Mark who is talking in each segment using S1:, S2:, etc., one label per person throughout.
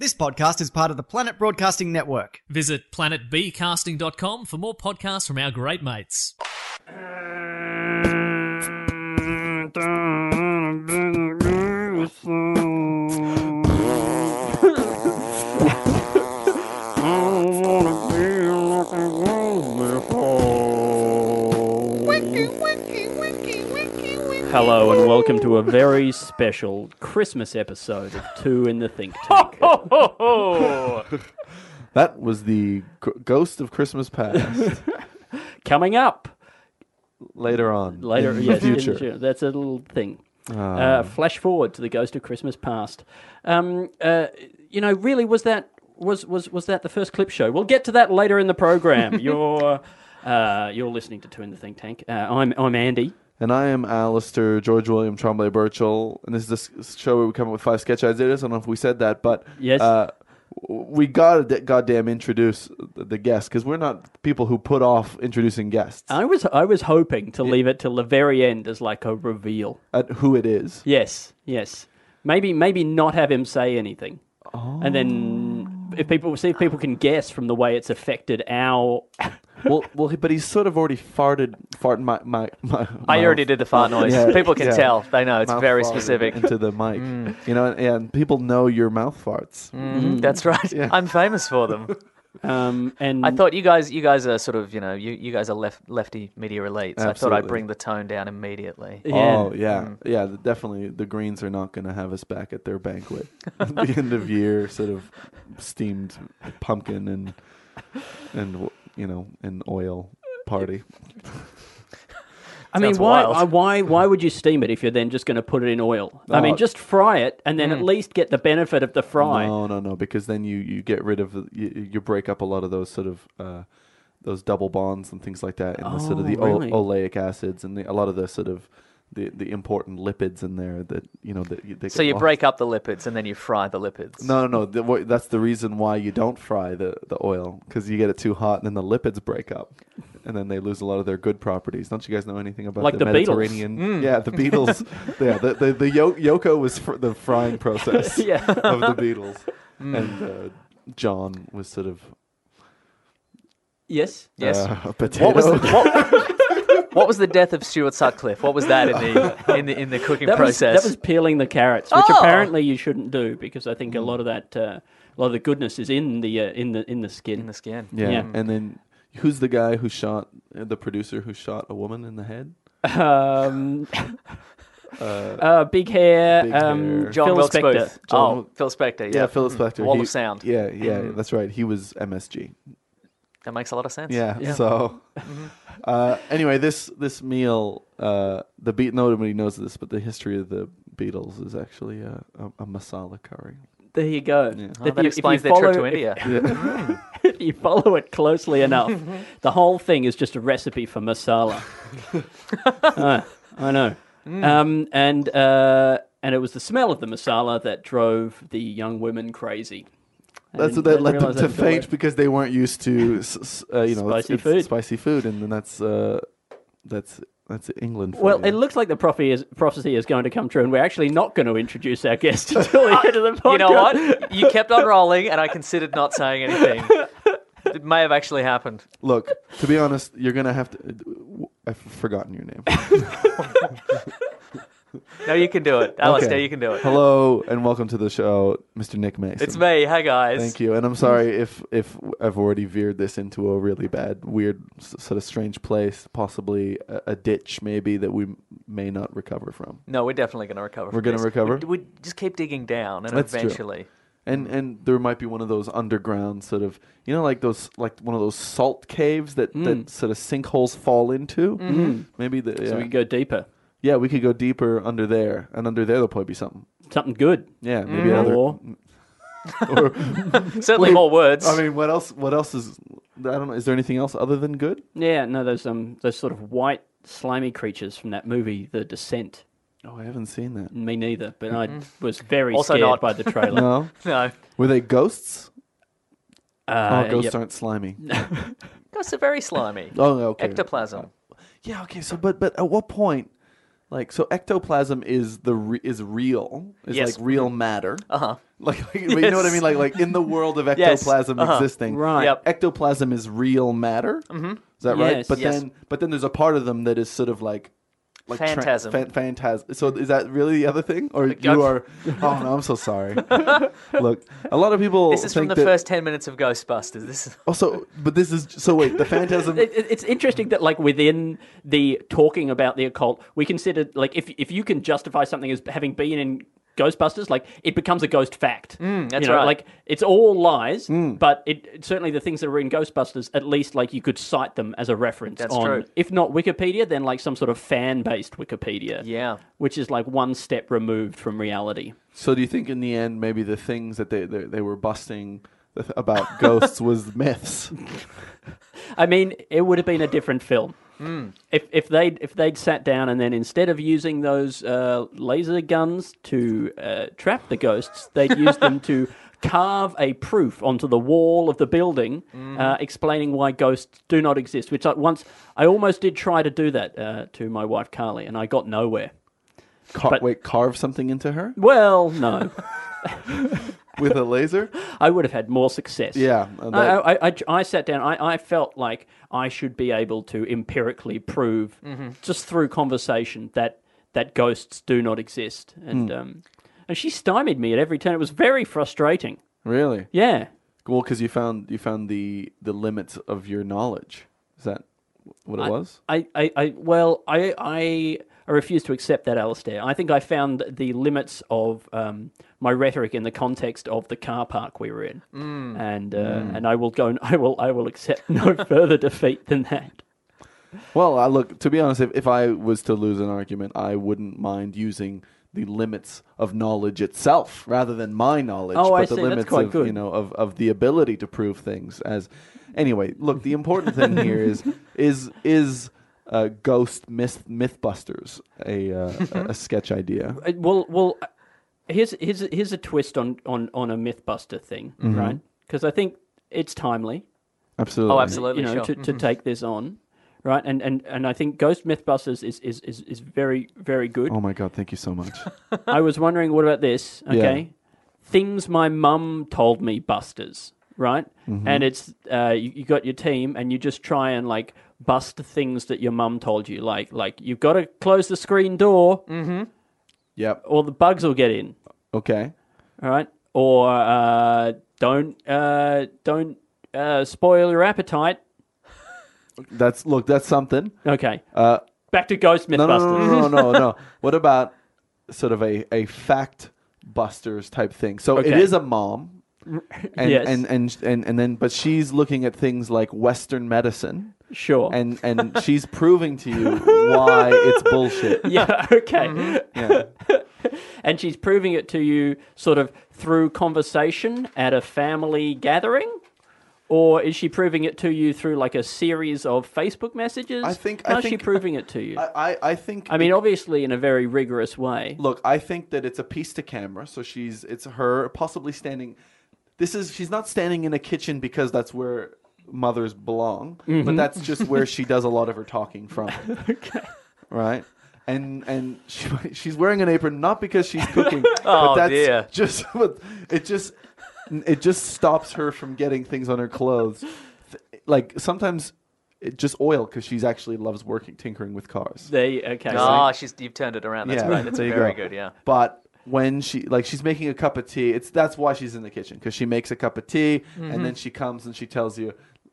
S1: This podcast is part of the Planet Broadcasting Network.
S2: Visit planetbcasting.com for more podcasts from our great mates.
S3: Hello and welcome to a very special Christmas episode of Two in the Think Tank.
S4: That was the g- ghost of Christmas past.
S3: Coming up
S4: later on,
S3: later,
S4: in the
S3: yes, in
S4: future.
S3: June. that's a little thing. Uh, flash forward to the Ghost of Christmas Past. Um, uh, you know, really, was that was was was that the first clip show? We'll get to that later in the program. you're uh, you're listening to Two in the Think Tank. Uh, I'm I'm Andy.
S4: And I am Alistair George William Trombley Birchall, and this is the s- show where we come up with five sketch ideas. I don't know if we said that, but
S3: Yes.
S4: uh, w- we gotta d- goddamn introduce the, the guest because we're not people who put off introducing guests
S3: I was I was hoping to leave it till the very end as like a reveal.
S4: at who it is.
S3: Yes, yes. Maybe maybe not have him say anything, and then if people see if people can guess from the way it's affected our.
S4: well, well, he- but he's sort of already farted, farted my my. my
S5: I
S4: mouth-
S5: already did the fart noise.
S4: Yeah,
S5: People can
S4: yeah.
S5: tell. They know it's
S4: mouth Mm-hmm.
S5: very
S4: farted
S5: specific. Mm.
S4: into the mic, you know, and, and people know your mouth farts.
S5: Mm-hmm. That's right. I'm famous for them.
S3: Um, and
S5: I thought you guys, you guys are sort of, you know, you, you guys are left lefty media relates. I thought
S4: Absolutely.
S5: I'd bring the tone down immediately.
S3: Yeah.
S4: Oh yeah, yeah. th- Definitely, the Greens are not going to have us back at their banquet. the end of year sort of steamed pumpkin and and w- you know and oil party.
S3: I mean,
S5: Sounds
S3: why
S5: Oh, wild.
S3: uh, why why would you steam it if you're then just going to put it in oil? I mean,
S4: Oh.
S3: just fry it and
S5: mm.
S3: then at least get the benefit of the fry.
S4: No, no, no. Because then you you get rid of the- you, you break up a lot of those sort of. Uh, those double bonds and things like that, and the sort of
S3: Oh,
S4: the o-
S3: really?
S4: oleic acids and the, a lot of the sort of the, the important lipids in there that you know that you- they
S5: So
S4: get
S5: you
S4: lost.
S5: break up the lipids and then you fry the lipids.
S4: No, no, no. The, wh- that's the reason why you don't fry the, the oil because you get it too hot and then the lipids break up and then they lose a lot of their good properties. Don't you guys know anything about
S3: Like
S4: the,
S3: the Beatles.
S4: Mediterranean?
S5: Mm.
S4: Yeah, the Beatles. yeah, the, the, the Yo- Yoko was fr- the frying process
S3: Yeah.
S4: of the Beatles.
S5: Mm.
S4: And uh, John was sort of
S3: Yes.
S5: Yes.
S4: uh, a potato.
S5: what was the what, what was the death of Stuart Sutcliffe? What was that in the in the in the cooking
S3: That
S5: process?
S3: was that was peeling the carrots, which
S5: Oh!
S3: apparently you shouldn't do because I
S5: Mm.
S3: think a lot of that uh, a lot of the goodness is in the uh, in the in the skin.
S5: in the skin.
S4: yeah.
S3: yeah.
S4: and then who's the guy who shot uh, the producer who shot a woman in the head?
S3: Um, uh, big hair,
S4: Big
S3: um,
S4: hair.
S5: John
S3: Phil
S5: Wilkes
S3: Spector.
S5: Booth.
S4: John-
S5: oh, Phil Spector. Yeah,
S4: Yeah, Philip Spector.
S5: Wall
S4: He-
S5: of sound. Mm.
S4: Yeah, yeah, that's right. He was MSG.
S5: That makes a lot of sense.
S4: Yeah. So,
S3: Mm-hmm.
S4: uh, anyway, this this meal, uh, the beat. Nobody knows this, but the history of the Beatles is actually a, a, a masala curry.
S3: There you go.
S5: Oh, that explains their trip to India.
S3: If you follow it closely enough, the whole thing is just a recipe for masala. Uh, I know.
S5: Mm.
S3: Um, and uh, and it was the smell of the masala that drove the young women crazy. I
S4: That's
S3: didn't-
S4: what that
S3: I
S4: led them
S3: realize
S4: to
S3: that until later.
S4: faint because they weren't used to, s- s- uh, you know, it's-
S3: Spicy
S4: it's
S3: food.
S4: spicy food, and then that's uh, that's that's England. For
S3: Well,
S4: you.
S3: it looks like the prophecy is, prophecy is going to come true, and we're actually not going to introduce our guest until the end of the podcast.
S5: You know what? You kept on rolling, and I considered not saying anything. It may have actually happened.
S4: Look, to be honest, you're gonna have to. I've forgotten your name.
S5: No, you can do it, Alistair.
S4: Okay.
S5: You can do it.
S4: Hello and welcome to the show, Mr. Nick Mason.
S5: It's me. Hi guys.
S4: Thank you, and I'm sorry if if I've already veered this into a really bad, weird, s- sort of strange place, possibly a, a ditch, maybe that we m- may not recover from.
S5: No, we're definitely going to recover.
S4: We're
S5: going
S4: gonna
S5: to
S4: recover?
S5: We, we just keep digging down, and
S4: That's true.
S5: eventually,
S4: And
S3: Mm.
S4: and there might be one of those underground sort of, you know, like those like one of those salt caves that that sort of sinkholes fall into. Maybe the, yeah.
S3: Mm. Mm-hmm. So we can go deeper.
S4: yeah, we could go deeper under there, and under there there'll probably be something.
S3: something good.
S4: Yeah, maybe another.
S3: Or
S5: Certainly more words.
S4: I mean, what else? What else is? I don't know. Is there anything else other than good?
S3: yeah, no, those um those sort of white slimy creatures from that movie, The Descent.
S4: Oh, I haven't seen that.
S3: Me neither, but I
S5: Mm-hmm.
S3: was very
S5: Also
S3: scared
S5: not.
S3: by the trailer.
S4: No.
S5: no.
S4: Were they ghosts?
S3: Uh,
S4: oh, ghosts
S3: yep.
S4: aren't slimy.
S5: Ghosts are very slimy.
S4: Oh, okay.
S5: Ectoplasm.
S4: Yeah. Okay. So, but but at what point? Like, so ectoplasm is the re- is real. Is
S5: Yes.
S4: like real matter. Uh huh. Like, like but you know what I
S5: Yes.
S4: mean? Like, like in the world of
S5: Yes,
S4: ectoplasm
S5: uh-huh.
S4: existing,
S3: Right.
S5: Yep.
S4: Ectoplasm is real matter. Mm-hmm. Is that right?
S3: Yes.
S4: But
S5: Yes.
S4: then, but then there's a part of them that is sort of like. Like tra-
S5: Phantasm.
S4: fan- phantasm. So is that really the other thing, or
S5: I'm-
S4: you are? Oh no, I'm so sorry. Look, a lot of people.
S5: This is from
S4: think
S5: the
S4: that-
S5: first 10 minutes of Ghostbusters. This is
S4: Also, but this is so. Wait, the phantasm.
S3: It, it- it's interesting that like within the talking about the occult, we consider like if if you can justify something as having been in Ghostbusters, like it becomes a ghost fact.
S5: Mm, that's
S3: you know,
S5: right. Mm.
S3: Like it's all lies, but it it- certainly the things that were in Ghostbusters, at least like you could cite them as a reference
S5: That's
S3: on,
S5: true.
S3: if not Wikipedia, then like some sort of fan based Wikipedia.
S5: Yeah.
S3: which is like one step removed from reality.
S4: So do you think in the end maybe the things that they they, they were busting th- about ghosts was myths?
S3: I mean, it would have been a different film. If if they'd if they'd sat down and then instead of using those uh, laser guns to uh, trap the ghosts, they'd used them to carve a proof onto the wall of the building, uh, explaining why ghosts do not exist. Which I, once I almost did try to do that uh, to my wife Carly, and I got nowhere.
S4: Car-
S3: But-
S4: wait, carve something into her
S3: Well, no,
S4: with a laser?
S3: I would have had more success.
S4: Yeah, uh,
S3: I,
S4: that-
S3: I, I, I sat down. I, I felt like I should be able to empirically prove, just through conversation, that that ghosts do not exist. And
S4: Hmm.
S3: um, and she stymied me at every turn. It was very frustrating.
S4: Really?
S3: Yeah.
S4: Well, because you found you found the the limits of your knowledge. Is that what it was?
S3: I, I, I well, I, I, I refuse to accept that, Alistair. I think I found the limits of um, my rhetoric in the context of the car park we were in, and uh,
S4: Mm.
S3: and I will go. And I will. I will accept no further defeat than that.
S4: Well, I look to be honest. If, if I was to lose an argument, I wouldn't mind using the limits of knowledge itself rather than my knowledge,
S3: Oh,
S4: but
S3: I
S4: the
S3: see. That's
S4: limits
S3: quite
S4: of you
S3: good.
S4: know of, of the ability to prove things. As anyway, look, the important thing here is is is uh, ghost myth mythbusters a uh, a-
S3: Mm-hmm.
S4: a sketch idea.
S3: Uh, well, well, uh, here's here's here's a twist on on on a MythBuster thing, right? 'Cause right? Because I think it's timely,
S4: Absolutely.
S5: Oh, absolutely.
S3: you know,
S5: sure.
S3: to, to take this on, right? And and and I think Ghost MythBusters is is is, is very very good.
S4: Oh my god! Thank you so much.
S3: I was wondering, what about this? Okay, things my mum told me, Busters, right? And it's uh, you, you got your team, and you just try and like bust the things that your mum told you, like like you've got to close the screen door,
S5: Mm.
S4: yep.
S3: or the bugs will get in.
S4: Okay.
S3: All right. Or uh, don't uh, don't uh, spoil your appetite.
S4: That's look. That's something.
S3: Okay. Uh, Back to Ghost Mythbusters.
S4: No, no, no, no, no, no, no. What about sort of a, a fact busters type thing? So it
S3: Okay.
S4: is a mom. And,
S3: Yes.
S4: and, and and and then but she's looking at things like western medicine
S3: Sure.
S4: and and she's proving to you why it's bullshit
S3: yeah. Okay.
S4: yeah
S3: And she's proving it to you sort of through conversation at a family gathering. Or is she proving it to you through like a series of Facebook messages?
S4: I think- I
S3: how's she
S4: think-
S3: proving it to you? I,
S4: I, I i think
S3: mean,
S4: it-
S3: obviously in a very rigorous way.
S4: look i think that it's a piece to camera so she's it's her possibly standing this is she's not standing in a kitchen because that's where mothers belong
S5: Mm-hmm.
S4: but that's just where she does a lot of her talking from okay right and and she, she's wearing an apron not because she's cooking but
S5: Oh,
S4: that's
S5: dear.
S4: just what it just it just stops her from getting things on her clothes Th- like sometimes it just oil because she's actually loves working tinkering with cars
S3: They okay.
S5: Ah, she's you've turned it around. That's right. That's
S4: there you
S5: very
S4: go.
S5: good. Yeah.
S4: But when she like she's making a cup of tea, it's that's why she's in the kitchen because she makes a cup of tea and then she comes and she tells you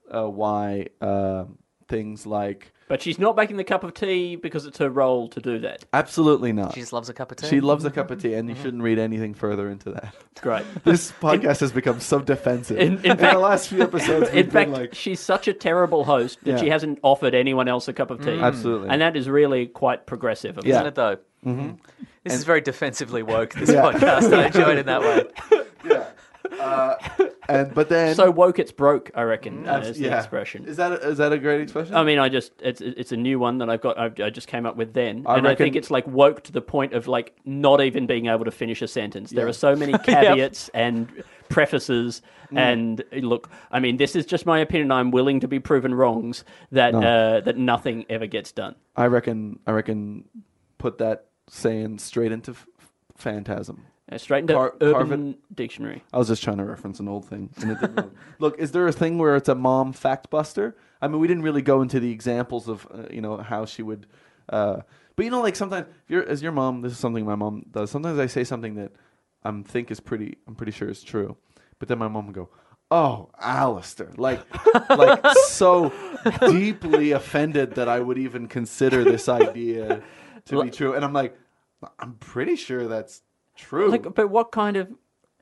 S4: uh, why uh, things like
S3: But she's not making the cup of tea because it's her role to do that.
S4: absolutely not.
S5: She just loves a cup of tea.
S4: she loves a cup of tea, and
S3: Mm-hmm.
S4: you shouldn't read anything further into that.
S3: Great.
S4: This podcast has become so defensive.
S3: in-
S4: In,
S3: in fact-
S4: the last few episodes, we've
S3: In fact,
S4: been like,
S3: she's such a terrible host that
S4: Yeah.
S3: she hasn't offered anyone else a cup of tea.
S4: absolutely,
S3: And that is really quite progressive of her.
S4: Yeah.
S5: Isn't it though? Mm-hmm. This is very defensively woke, this podcast. I enjoyed it that way.
S4: Uh, and but then
S3: So woke it's broke, I reckon, uh,
S4: Abs-
S3: is the
S4: Mm. yeah.
S3: expression.
S4: Is that a, is that a great expression?
S3: I mean, I just it's it's a new one that I've got. I've, I just came up with then,
S4: I
S3: and I think
S4: reckon-
S3: it's like woke to the point of like not even being able to finish a sentence. There
S4: Yeah.
S3: are so many caveats and prefaces,
S4: Mm.
S3: and look, I mean, this is just my opinion. I'm willing to be proven wrongs that uh, that nothing ever gets done.
S4: I reckon I reckon put that saying straight into f- phantasm.
S3: Uh, straight into
S4: Car- carve
S3: Urban Dictionary.
S4: I was just trying to reference an old thing. And it didn't Look, is there a thing where it's a mom fact buster? I mean, we didn't really go into the examples of uh, you know how she would, uh, but you know, like sometimes if you're, as your mom, this is something my mom does. Sometimes I say something that I am think is pretty, I'm pretty sure is true, but then my mom would go. Oh, Alistair. Like like so deeply offended that I would even consider this idea to be true. And I'm like, I'm pretty sure that's true.
S3: Like, but what kind of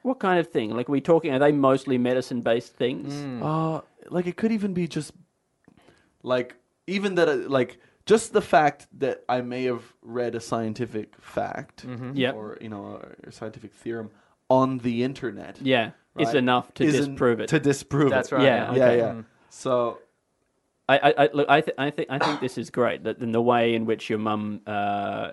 S3: what kind of thing? Like, are we talking? Are they mostly medicine based things?
S5: Hmm.
S4: Uh, like it could even be just like even that uh, like just the fact that I may have read a scientific fact
S5: Mm-hmm.
S3: Yep.
S4: or you know a, a scientific theorem on the internet.
S3: Yeah, it's
S4: right,
S3: enough to
S4: is en-
S3: disprove it.
S4: To disprove
S5: That's
S4: it.
S5: right. Hmm.
S3: Yeah,
S5: Yeah.
S4: Yeah,
S3: okay.
S4: yeah. So
S3: I, I, I look. I, th- I think I think this is great. That in the way in which your mum uh, uh,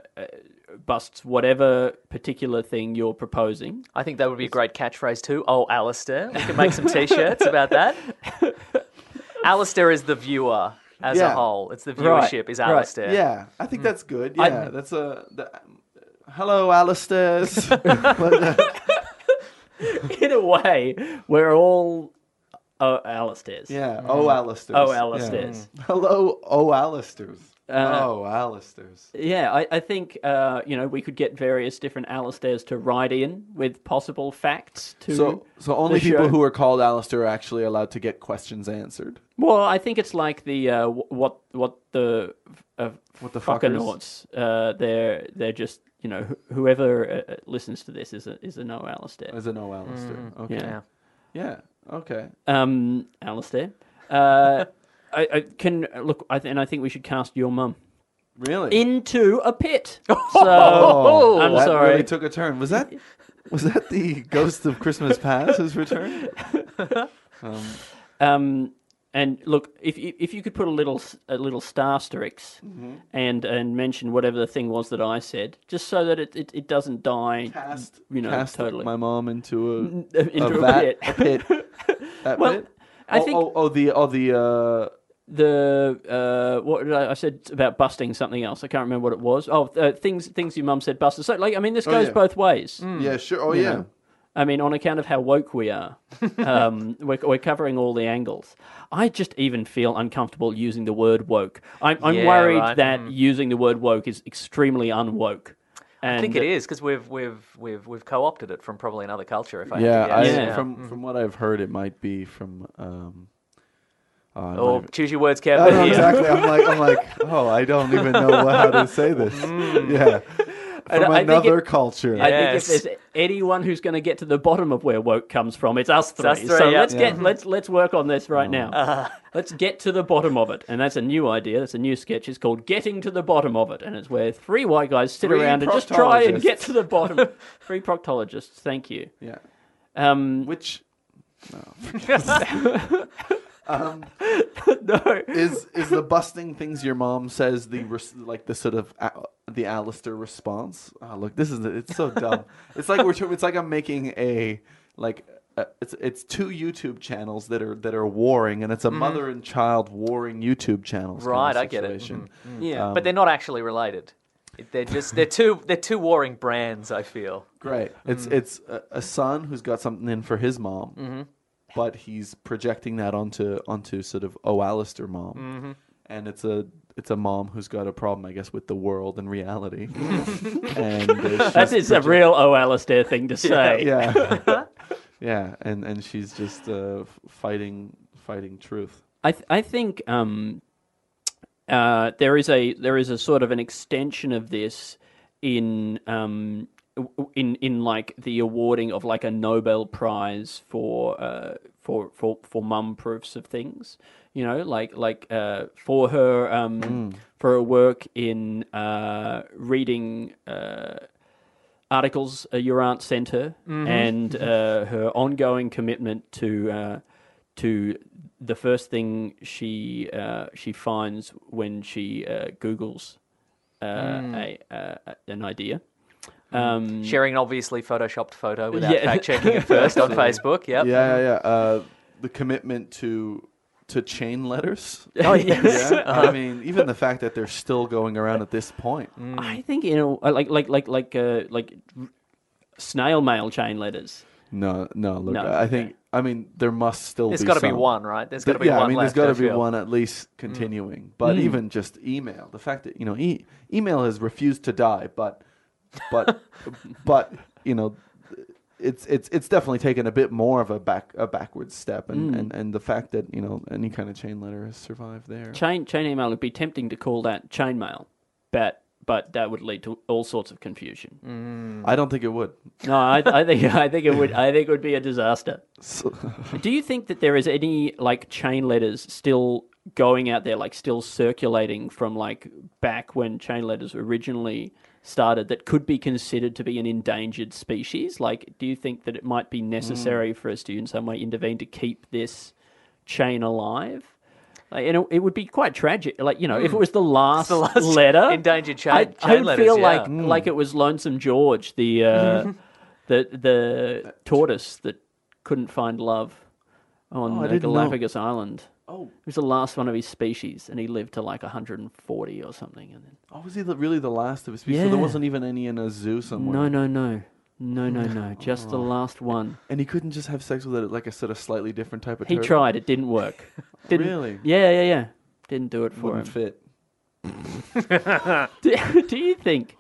S3: busts whatever particular thing you're proposing.
S5: I think that would be a great catchphrase too. Oh, Alistair. We could make some t-shirts about that. Alistair is the viewer as
S4: Yeah.
S5: a whole. It's the
S3: Right,
S5: viewership is
S3: right.
S5: Alistair.
S4: yeah, I
S5: Hmm.
S4: think that's good. Yeah, that's a. The, Hello, Alistair's.
S3: In a way, we're all oh Alistair's.
S4: yeah, oh, Alistair's.
S3: Oh,
S4: Yeah. Mm.
S3: Alistair's.
S4: Hello, oh, Alistair's.
S3: Uh,
S4: oh, Alistair's.
S3: Yeah, I, I think uh, you know we could get various different Alistairs to ride in with possible facts to.
S4: So, so only
S3: the show.
S4: people who are called Alistair are actually allowed to get questions answered.
S3: Well, I think it's like the uh, wh- what what the uh,
S4: What the
S3: fucking
S4: fuckers?
S3: noughts. Uh, they're they're just you know wh- whoever uh, listens to this is a is a no Alistair.
S4: As a no Alistair. Okay.
S3: Yeah.
S4: Yeah. Uh, Okay.
S3: um, Alistair. Uh, I, I can look, I th- and I think we should cast your mum
S4: Really?
S3: into a pit. So I'm
S4: Oh, that
S3: sorry.
S4: Really took a turn. Was that was that the ghost of Christmas past his return?
S3: um, and look, if you- if you could put a little s- a little star asterix
S4: Mm-hmm.
S3: and and mention whatever the thing was that I said, just so that it it, it doesn't die.
S4: Cast
S3: you know,
S4: cast
S3: totally.
S4: my mom into a
S3: into a
S4: vat,
S3: pit.
S4: a pit. That
S3: Well,
S4: pit?
S3: I
S4: oh,
S3: think-
S4: oh, oh, the oh the uh,
S3: the uh, what did I, I said about busting something else. I can't remember what it was. Oh, uh, things things your mum said busted. So like, I mean, this
S5: Oh,
S3: goes
S4: yeah.
S3: both ways.
S5: Mm.
S4: yeah sure oh yeah.
S3: I mean, on account of how woke we are, um, we're, we're covering all the angles. I just even feel uncomfortable using the word woke. I'm, I'm
S5: Yeah,
S3: worried
S5: right. Mm.
S3: that using the word woke is extremely unwoke. And
S5: I think it is because we've we've we've we've co-opted it from probably another culture. If I
S4: Yeah,
S5: had
S4: I,
S5: to guess.
S3: Yeah. Hmm.
S4: From from what I've heard, it might be from. Um, oh, I'm not
S5: Or
S4: even-
S5: choose your words carefully.
S4: I know Oh, exactly. I'm like, I'm like, oh, I don't even know what, how to say this. Yeah,
S3: Mm. And
S4: from
S3: I think it-
S4: another culture.
S3: I think if
S5: Yes.
S3: there's anyone who's going to get to the bottom of where woke comes from, it's us three.
S5: us three,
S3: so
S5: yeah.
S3: let's get let's let's work on this right now. Let's get to the bottom of it, and that's a new idea. That's a new sketch. It's called "Getting to the Bottom of It," and it's where three white guys sit
S4: Three
S3: around and just try and
S4: proctologists.
S3: get to the bottom. three proctologists. Thank you.
S4: yeah,
S3: Um,
S4: which
S3: no,
S4: um, is is the busting things your mom says the res- like the sort of a- the Alistair response. Oh, look, this is it's so dumb. it's like we're tr- it's like I'm making a like. Uh, it's it's two YouTube channels that are that are warring, and it's
S3: Mm-hmm.
S4: a mother and child warring YouTube channels. kind of
S5: Right, I get it.
S3: Mm-hmm.
S4: situation.
S3: yeah,
S5: but they're not actually related. They're just they're two they're two warring brands. I feel.
S4: Great. It's it's a, a son who's got something in for his mom, but he's projecting that onto onto sort of oh Alistair mom, and it's a it's a mom who's got a problem, I guess, with the world and reality. and uh,
S3: that
S4: she's
S3: is a
S4: proje-
S3: real O. Alistair thing to say.
S4: yeah, yeah, and and she's just uh, f- fighting fighting truth.
S3: I th- I think um, uh, there is a there is a sort of an extension of this in um, w- w- in in like the awarding of like a Nobel Prize for uh, for for for mum proofs of things. You know, like like uh, for her um, for her work in uh, reading. Uh, articles uh, your aunt sent her and uh, her ongoing commitment to uh, to the first thing she uh, she finds when she uh, Google's uh, a, uh, an idea.
S4: Mm.
S3: Um,
S5: Sharing an obviously photoshopped photo without
S3: Yeah.
S5: fact checking it first on Facebook. Yep.
S4: Yeah, yeah, yeah. Uh, the commitment to to chain letters.
S5: Oh, yes.
S4: Yeah, I mean, even the fact that they're still going around at this point.
S3: I think you know, like like like like uh, like snail mail chain letters.
S4: No, no. Look,
S3: No,
S4: I think. I mean, there must still.
S5: There's
S4: be
S5: got to be
S4: some.
S5: one, right? There's got to be
S4: Th- yeah,
S5: one
S4: I mean,
S5: left.
S4: there's got
S5: I
S4: to be
S5: feel. Mm.
S4: one at least continuing. But even just email, the fact that you know, e- email has refused to die, but, but, but you know, it's it's it's definitely taken a bit more of a back a backward step,
S5: Mm.
S4: and and, and the fact that you know any kind of chain letter has survived there.
S3: Chain chain email would be tempting to call that chain mail, but but that would lead to all sorts of confusion.
S4: I don't think it would.
S3: No, I, I think I think it would I think it would be a disaster.
S4: So-
S3: Do you think that there is any like chain letters still going out there, like still circulating from like back when chain letters originally started, that could be considered to be an endangered species? Like, do you think that it might
S5: Hmm.
S3: be necessary for us to in some way intervene to keep this chain alive? Like, and it, it would be quite tragic. Like, you know, if it was the last,
S5: Hmm. the last
S3: letter,
S5: endangered chain-
S3: I,
S5: chain
S3: I'd
S5: letters,
S3: feel
S5: yeah. Mm-hmm.
S3: like like it was Lonesome George, the uh, the the tortoise that couldn't find love on
S4: Oh, I
S3: uh,
S4: didn't know.
S3: Galapagos Island.
S4: Oh.
S3: He was the last one of his species, and he lived to like 140 or something. And then
S4: Oh, was he the, really the last of his species? So
S3: Yeah.
S4: there wasn't even any in a zoo somewhere.
S3: no, no, no, no, no, no, just
S4: Oh.
S3: the last one.
S4: And he couldn't just have sex with it, like a sort of slightly different type of.
S3: He
S4: turtle?
S3: tried, it didn't work. Didn't,
S4: Really?
S3: Yeah, yeah, yeah. Didn't do it for
S4: Wouldn't
S3: him.
S4: fit.
S3: do, do you think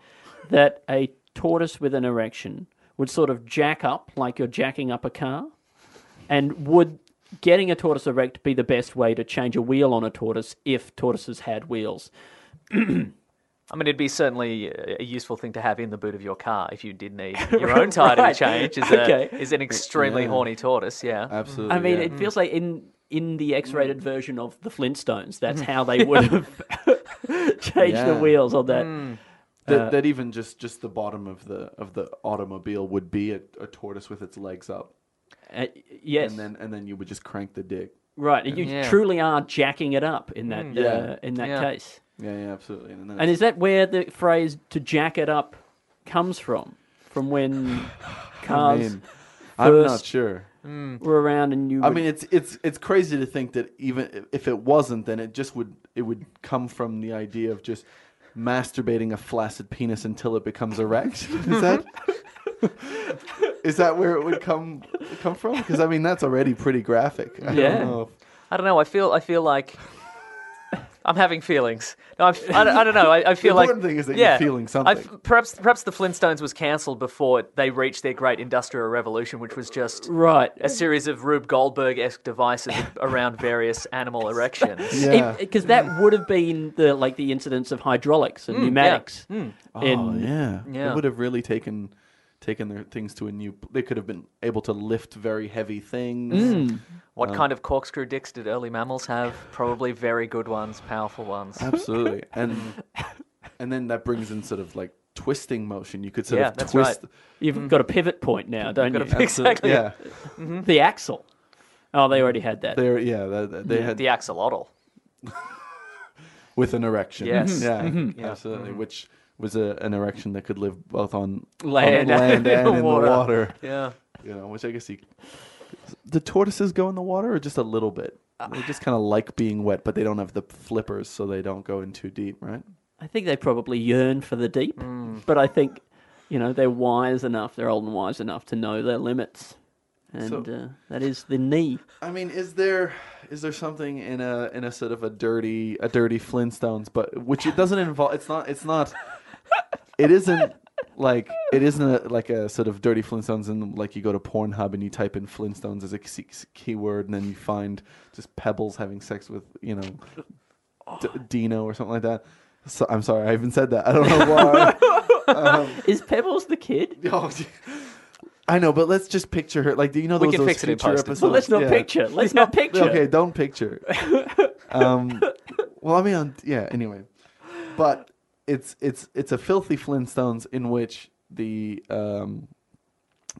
S3: that a tortoise with an erection would sort of jack up like you're jacking up a car? And would getting a tortoise erect be the best way to change a wheel on a tortoise if tortoises had wheels?
S5: I mean, it'd be certainly a a useful thing to have in the boot of your car if you did need your own tire to be
S3: Right.
S5: changed. Is,
S3: Okay.
S5: a, is an extremely
S4: Yeah. Uh,
S5: horny tortoise. Yeah.
S4: Absolutely.
S3: I mean,
S4: yeah.
S3: it feels like in in the X-rated version of the Flintstones, that's how they would have changed the
S4: Yeah.
S3: wheels on that.
S4: that, that even just just the bottom of the of the automobile would be a, a tortoise with its legs up,
S3: Uh, yes,
S4: and then and then you would just crank the dick.
S3: right. You
S5: Yeah.
S3: truly are jacking it up in that uh,
S4: Yeah.
S3: in that
S5: Yeah.
S3: case.
S4: Yeah, yeah, absolutely. And, then
S3: And is that where the phrase "to jack it up" comes from? From when
S4: I
S3: cars
S4: mean, I'm not
S3: first-
S4: sure.
S3: were around and you?
S4: I
S3: would-
S4: mean, it's it's it's crazy to think that even i- if it wasn't, then it just would it would come from the idea of just masturbating a flaccid penis until it becomes erect. Is that? Is that where it would come come from? Because I mean, that's already pretty graphic. I don't
S3: Yeah.
S4: know if-
S5: I don't know. I feel. I feel like. I'm having feelings. No, I'm, I, don't, I don't know. I, I feel like
S4: important thing is that you're feeling something.
S5: I've- perhaps, perhaps the Flintstones was cancelled before they reached their great industrial revolution, which was just
S3: right?
S5: a series of Rube Goldberg-esque devices around various animal erections.
S4: Yeah.
S3: Because that would have been the like the incidence of hydraulics
S5: Mm,
S3: and pneumatics.
S4: Oh
S3: in-
S4: yeah.
S5: Yeah.
S4: They would have really taken taken their things to a new they could have been able to lift very heavy things.
S5: Mm. What kind of corkscrew dicks did early mammals have? Probably very good ones, powerful ones.
S4: Absolutely. And and then that brings in sort of like twisting motion. You could sort
S5: Yeah,
S4: of
S5: that's
S4: twist
S5: right.
S3: You've got a pivot point now, don't
S5: Mm.
S3: you?
S5: got a pivot- Exactly.
S4: Yeah.
S3: the axle. Oh, they already had that.
S4: They're yeah, that- that- they, had
S5: The axolotl.
S4: with an erection.
S5: Yes.
S4: Yeah. Mm-hmm. Absolutely. Which was a, an erection that could live both on on
S3: Land
S4: land and in the
S5: water.
S4: water.
S5: Yeah.
S4: You know, which I guess he the tortoises go in the water or just a little bit? They just kind of like being wet, but they don't have the flippers, so they don't go in too deep, right?
S3: I think they probably yearn for the deep,
S5: Mm.
S3: but I think you know they're wise enough. They're old and wise enough to know their limits, and
S4: So-
S3: uh, that is the knee.
S4: I mean, is there is there something in a in a sort of a dirty a dirty Flintstones, but which it doesn't involve? It's not. It's not. It isn't like it isn't a, like a sort of dirty Flintstones, and like you go to Pornhub and you type in Flintstones as a key- keyword, and then you find just pebbles having sex with you know D- Dino or something like that. So, I'm sorry, I even said that. I don't know why.
S3: Is Pebbles the kid?
S4: Oh, I know, but let's just picture her. Like, do you know
S5: We
S4: those,
S5: can
S4: those
S5: fix it in
S4: future
S5: post.
S4: episodes?
S3: Well, let's not
S4: Yeah.
S3: picture. Let's not picture.
S4: Okay, don't picture. um, well, I mean, on, yeah. Anyway, but it's it's it's a filthy Flintstones in which the um,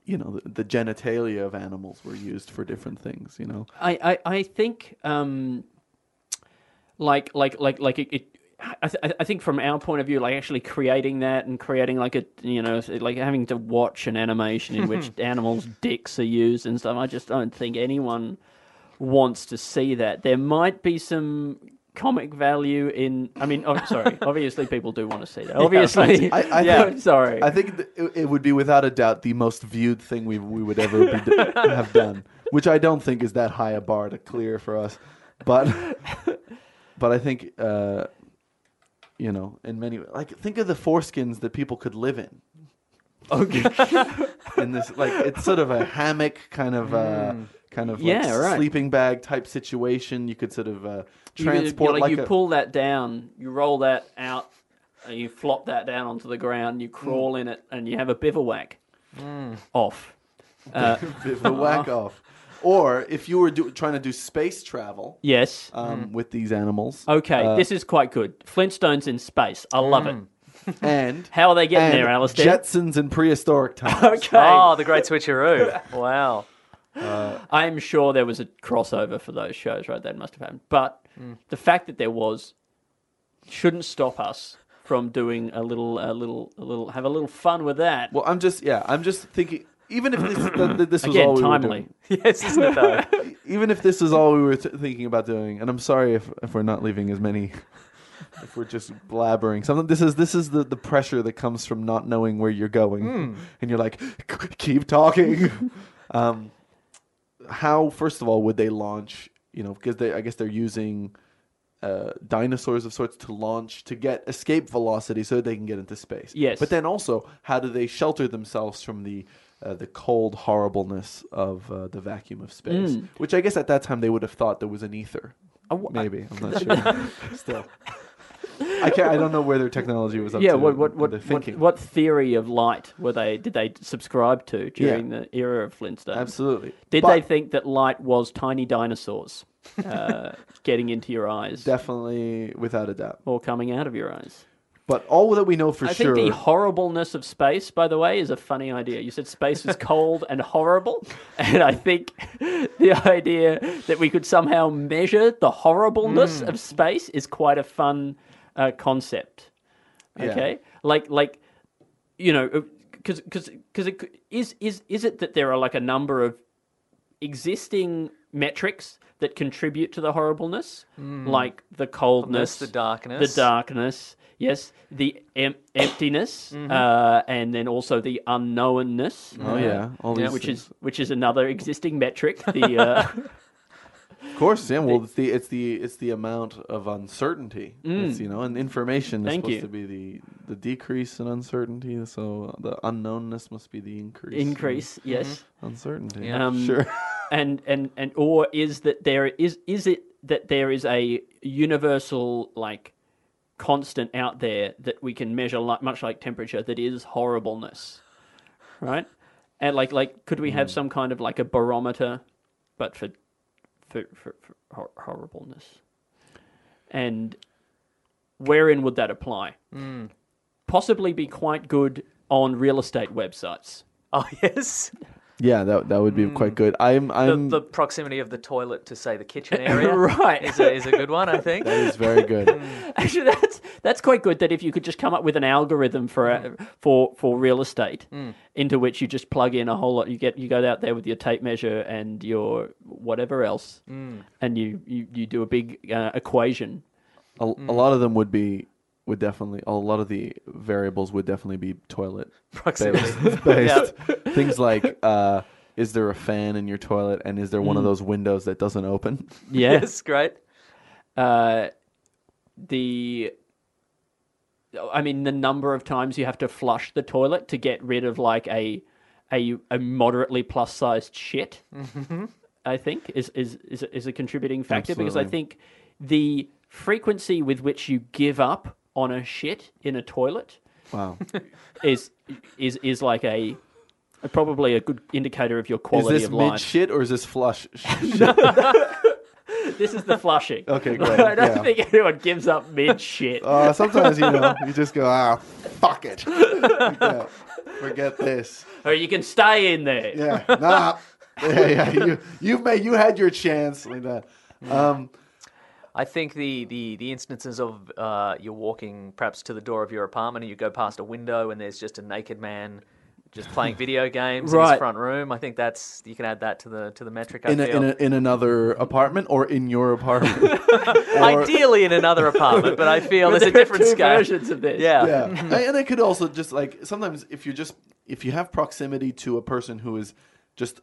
S4: you know the, the genitalia of animals were used for different things. You know,
S3: I, I, I think um, like like like like it. it I, th- I think from our point of view, like actually creating that and creating like a you know like having to watch an animation in which animals' dicks are used and stuff. I just don't think anyone wants to see that. There might be some comic value in. I mean, oh, sorry. Obviously, people do want to see that. Obviously,
S4: I, I
S3: yeah.
S4: think,
S3: sorry.
S4: I think th- it, it would be without a doubt the most viewed thing we we would ever be, d- have done, which I don't think is that high a bar to clear for us, but but I think uh, you know in many like think of the foreskins that people could live in.
S3: Okay.
S4: in this like it's sort of a hammock kind of uh, kind of like
S3: Mm. Yeah, right.
S4: sleeping bag type situation. You could sort of uh,
S3: You-
S4: transport
S3: you, like,
S4: like,
S3: you
S4: a,
S3: pull that down, you roll that out, and you flop that down onto the ground, you crawl in it, and you have a bivouac
S4: Mm.
S3: off. Uh,
S4: the whack off. Or if you were do, trying to do space travel
S3: yes.
S4: um, with these animals,
S3: Mm. Okay, this is quite good. Flintstones in space. I love
S4: Mm.
S3: it.
S4: and
S3: How are they getting
S4: and
S3: there, Alistair?
S4: Jetsons in prehistoric times.
S3: Okay.
S5: Oh, the great switcheroo. wow.
S3: I'm sure there was a crossover for those shows, right? That must have happened. But
S4: Mm.
S3: the fact that there was shouldn't stop us from doing a little, a little, a little, have a little fun with that.
S4: Well, I'm just yeah, I'm just thinking. Even if this, th- th- this was
S3: Again,
S4: all we
S3: timely.
S4: were doing,
S5: Yes, isn't it though?
S4: even if this is all we were t- thinking about doing, and I'm sorry if, if we're not leaving as many, if we're just blabbering. Something this is this is the, the pressure that comes from not knowing where you're going, and you're like, keep talking. um, how first of all would they launch? You know, because they I guess they're using uh, dinosaurs of sorts to launch to get escape velocity so they can get into space.
S3: Yes.
S4: but then also how do they shelter themselves from the uh, the cold horribleness of uh, the vacuum of space, which I guess at that time they would have thought there was an ether. Maybe I'm not sure. Still, I can't. I don't know where their technology was up
S3: yeah,
S4: to.
S3: what what
S4: and
S3: what,
S4: their
S3: what
S4: thinking.
S3: what theory of light were they did they subscribe to during
S4: Yeah.
S3: the era of Flintstones?
S4: Absolutely.
S3: Did
S4: But
S3: they think that light was tiny dinosaurs uh, getting into your eyes
S4: Definitely, without a doubt.
S3: or coming out of your eyes?
S4: But all that we know for
S3: I
S4: sure.
S3: think the horribleness of space, by the way, is a funny idea. You said space is cold and horrible, and I think the idea that we could somehow measure the
S4: Hmm.
S3: horribleness of space is quite a fun uh, concept.
S4: Yeah.
S3: Okay, like like you know, uh, because because because it could- is is is it that there are like a number of existing metrics that contribute to the horribleness,
S4: Hmm.
S3: like the coldness,
S5: the darkness.
S3: the darkness. Yes, the em- emptiness, uh, and then also the unknownness.
S4: Oh yeah, all these
S3: which
S4: things.
S3: is which is another existing metric. The uh,
S4: of course, yeah. Well, it's the it's the it's the amount of uncertainty. It's, you know, and information is
S3: Mm. Thank
S4: supposed
S3: you.
S4: to be the the decrease in uncertainty. So the unknownness must be the increase. in
S3: increase. Yes,
S4: uncertainty.
S3: Um,
S4: sure.
S3: and and and or is that there is is it that there is a universal like constant out there that we can measure like much like temperature that is horribleness right and like like could we have some kind of like a barometer but for for, for, for hor- horribleness and wherein would that apply possibly be quite good on real estate websites
S5: Oh yes.
S4: Yeah, that that would be
S3: mm.
S4: quite good. I'm
S5: The,
S4: I'm
S5: the proximity of the toilet to say the kitchen area
S3: Right.
S5: is a, is a good one, I think.
S4: that is very good.
S3: Actually, that's that's quite good. That if you could just come up with an algorithm for a, for for real estate, into which you just plug in a whole lot. You get you go out there with your tape measure and your whatever else, and you you, you do a big uh, equation.
S4: a, a lot of them would be would definitely a lot of the variables would definitely be toilet
S5: Proximity.
S4: based, based. things like uh, is there a fan in your toilet and is there one of those windows that doesn't open
S3: Yes,
S5: Yes, great.
S3: uh, the. I mean, the number of times you have to flush the toilet to get rid of like a a, a moderately plus sized shit.
S4: Mm-hmm.
S3: I think is is is is a contributing factor because I
S4: Absolutely.
S3: think the frequency with which you give up on a shit in a toilet
S4: wow
S3: is is is like a probably a good indicator of your
S4: is
S3: quality
S4: this
S3: of
S4: mid
S3: life.
S4: shit or is this flush sh- shit?
S3: This is the flushing.
S4: Okay, great.
S3: I don't
S4: Yeah.
S3: think anyone gives up mid shit.
S4: Uh, sometimes you know you just go ah fuck it, Like that. forget this.
S3: or you can stay in there.
S4: Yeah, nah. Yeah, yeah. You you've made you had your chance like that. Um,
S5: I think the, the, the instances of uh, you're walking perhaps to the door of your apartment and you go past a window and there's just a naked man just playing video games in
S3: Right.
S5: his front room. I think that's you can add that to the to the metric. I
S4: in a,
S5: feel.
S4: in, a, in another apartment or in your apartment. Or-
S5: Ideally in another apartment, but I feel there's a different
S3: two
S5: scale.
S3: versions of this.
S5: Yeah.
S4: yeah, and and it could also just like sometimes if you just if you have proximity to a person who is just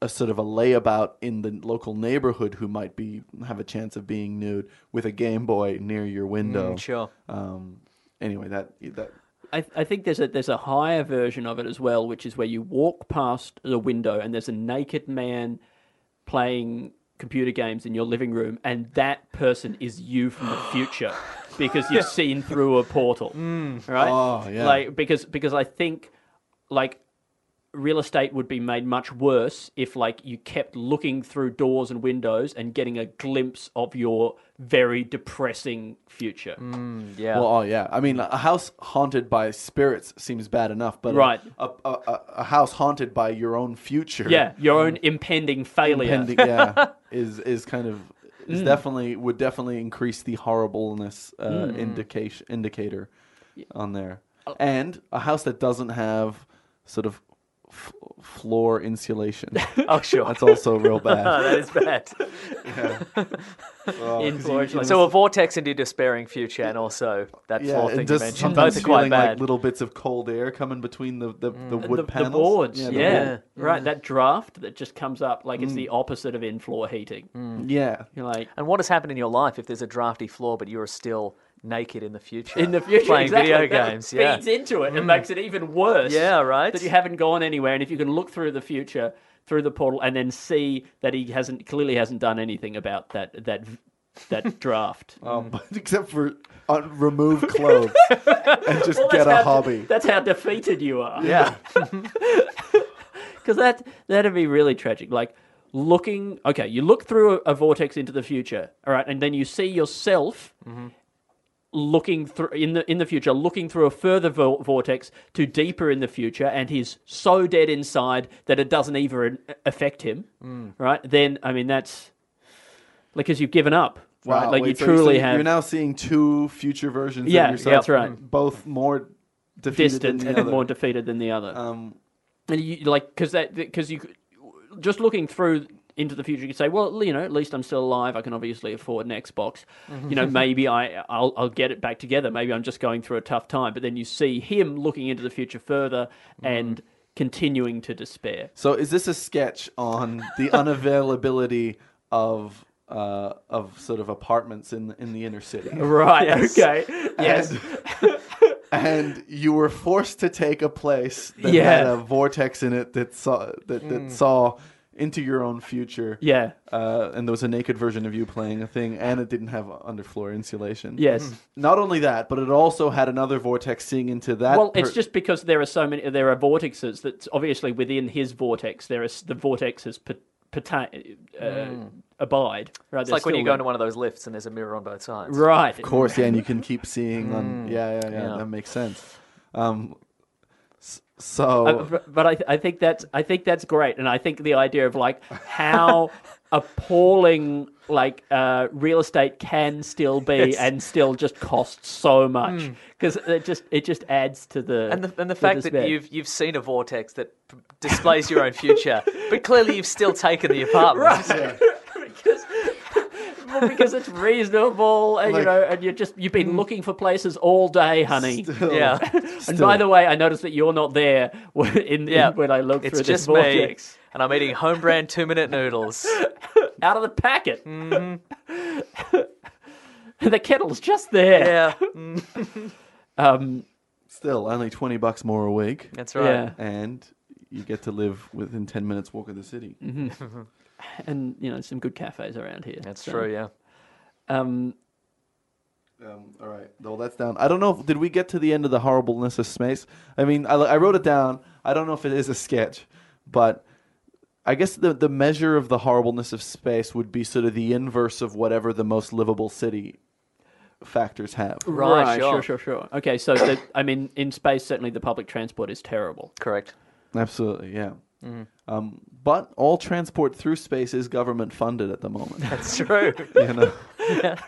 S4: a sort of a layabout in the local neighborhood who might be have a chance of being nude with a Game Boy near your
S3: Mm,
S4: window.
S5: sure.
S4: Um, anyway, that that
S3: I, I think there's a there's a higher version of it as well, which is where you walk past the window and there's a naked man playing computer games in your living room, and that person is you from the future because you've seen through a portal, right?
S4: Oh, yeah.
S3: Like because because I think like real estate would be made much worse if like you kept looking through doors and windows and getting a glimpse of your very depressing future.
S5: Yeah.
S4: Well, oh yeah. I mean, a house haunted by spirits seems bad enough, but a-
S3: Right.
S4: a, a, a, a house haunted by your own future,
S3: Yeah, your own impending failure.
S4: pending, yeah, is is kind of is definitely would definitely increase the horribleness uh, indication indicator on there, and a house that doesn't have sort of f- floor insulation.
S5: Oh, sure.
S4: That's also real
S5: Oh,
S4: bad.
S5: that is bad.
S4: Oh, 'cause you- you
S5: so a vortex into despairing future, and also that
S4: Yeah,
S5: floor
S4: and
S5: thing you
S4: just
S5: mentioned.
S4: sometimes
S5: Both are quite
S4: feeling
S5: bad.
S4: like little bits of cold air coming between the the, the wood
S3: the,
S4: panels,
S3: the boards, yeah,
S4: the wood.
S3: right. That draft that just comes up like it's the opposite of in-floor heating.
S4: Mm. yeah.
S3: You're like
S5: And what has happened in your life if there's a drafty floor, but you're still naked in the future?
S3: in the future,
S5: playing
S3: exactly,
S5: video
S3: that
S5: games. Yeah.
S3: feeds into it and makes it even worse.
S5: Yeah, right.
S3: That you haven't gone anywhere, and if you can look through the future through the portal and then see that he hasn't clearly hasn't done anything about that that that draft.
S4: Um, except for uh, remove clothes and just get a
S3: That's how-
S4: hobby.
S3: That's how defeated you are.
S5: Yeah.
S3: Because that that'd be really tragic. Like looking, okay, you look through a, a vortex into the future, all right, and then you see yourself
S4: Mm-hmm.
S3: looking through in the in the future, looking through a further vo- vortex to deeper in the future, and he's so dead inside that it doesn't even uh, affect him,
S4: Mm.
S3: right? Then I mean that's like because you've given up, right? Like
S4: wait,
S3: you
S4: so- so
S3: truly
S4: you-
S3: have.
S4: You're now seeing two future versions
S3: Yeah,
S4: of yourself.
S3: that's right.
S4: Both more defeated than
S3: distant
S4: the
S3: and
S4: other.
S3: more defeated than the other. Um, and you like because that because you just looking through into the future, you could say, well, you know, at least I'm still alive. I can obviously afford an Xbox.
S4: Mm-hmm.
S3: You know, maybe I I'll, I'll get it back together. Maybe I'm just going through a tough time. But then you see him looking into the future further
S4: Mm-hmm.
S3: and continuing to despair.
S4: So is this a sketch on the unavailability of uh, of sort of apartments in in the inner city?
S3: Right. Okay.
S4: Yes. and you were forced to take a place that
S3: Yeah.
S4: had a vortex in it that saw that, that saw into your own future.
S3: Yeah.
S4: Uh, and there was a naked version of you playing a thing, and it didn't have underfloor insulation.
S3: Yes.
S4: Not only that, but it also had another vortex seeing into that.
S3: Well, it's
S4: per-
S3: just because there are so many. There are vortexes that's obviously within his vortex. There is the vortex has per, pertain- uh,
S4: Hmm.
S3: abide. Right,
S5: It's like when you go into one of those lifts and there's a mirror on both sides.
S3: right.
S4: Of course, yeah, and you can keep seeing on. Yeah, yeah, yeah,
S5: Yeah.
S4: That makes sense. Um, s- so
S3: Uh, but- but I, I think that's I think that's great, and I think the idea of like how appalling like uh, real estate can still be and still just cost so
S4: Hmm.
S3: much because it just it just adds to the
S5: And the, and the
S3: to
S5: fact that
S3: despair.
S5: you've you've seen a vortex that p- displays your own future, but clearly you've still taken the apartment.
S3: because well, because it's reasonable, and
S4: Like- Hmm.
S3: you know, and you're just you've been looking for places all day, honey.
S5: Yeah.
S3: and by the way, I noticed that you're not there when- in,
S5: Yeah.
S3: in when I looked
S5: Mm. It's
S3: through
S5: just
S3: this
S5: me,
S3: vortex
S5: and I'm eating home brand two minute noodles.
S3: out of the packet.
S5: Mm-hmm.
S3: the kettle's just there.
S5: Yeah, Mm,
S3: Um,
S4: still only twenty bucks more a week,
S5: that's right.
S3: yeah.
S4: and you get to live within ten minutes walk of the city.
S3: And you know, some good cafes around here.
S5: That's
S3: so,
S5: true. Yeah.
S3: Um,
S4: Um, all right, well that's down. I don't know. If, did we get to the end of the horribleness of space? I mean, I, I wrote it down. I don't know if it is a sketch, but I guess the the measure of the horribleness of space would be sort of the inverse of whatever the most livable city factors have.
S5: Right,
S3: sure,
S5: sure.
S3: sure, sure. Okay, so the, I mean, in space, certainly the public transport is terrible.
S5: Correct.
S4: Absolutely, yeah.
S3: Mm-hmm.
S4: Um, but all transport through space is government funded at the moment.
S5: That's true.
S4: you know?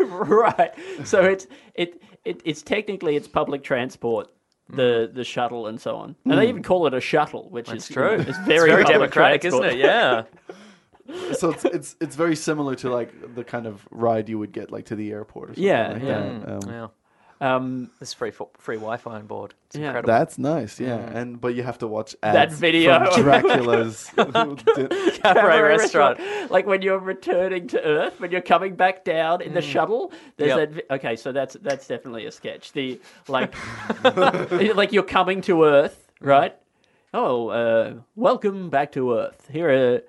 S3: right. So it's it, it it's technically it's public transport, the the shuttle and so on, and they even call it a shuttle, which
S5: Mm. That's
S3: is
S5: true.
S3: It's very,
S5: very
S3: public
S5: democratic,
S3: transport.
S5: isn't it? Yeah.
S4: so it's, it's it's very similar to like the kind of ride you would get like to the airport. Or something
S3: Yeah,
S5: Mm.
S4: like
S3: yeah.
S4: that. Um,
S5: yeah.
S3: Um,
S5: There's free fo- free Wi-Fi on board. It's
S3: Yeah.
S5: incredible.
S4: That's nice, yeah. And but you have to watch ads
S3: Mm. That video.
S4: from Dracula's. di-
S5: Cabaret
S3: Cabaret
S5: restaurant.
S3: Like when you're returning to Earth, when you're coming back down in the
S4: Mm.
S3: shuttle, there's
S5: Yep.
S3: that. vi- Okay, so that's that's definitely a sketch. The like, like you're coming to Earth, right? Oh, uh, welcome back to Earth. Here a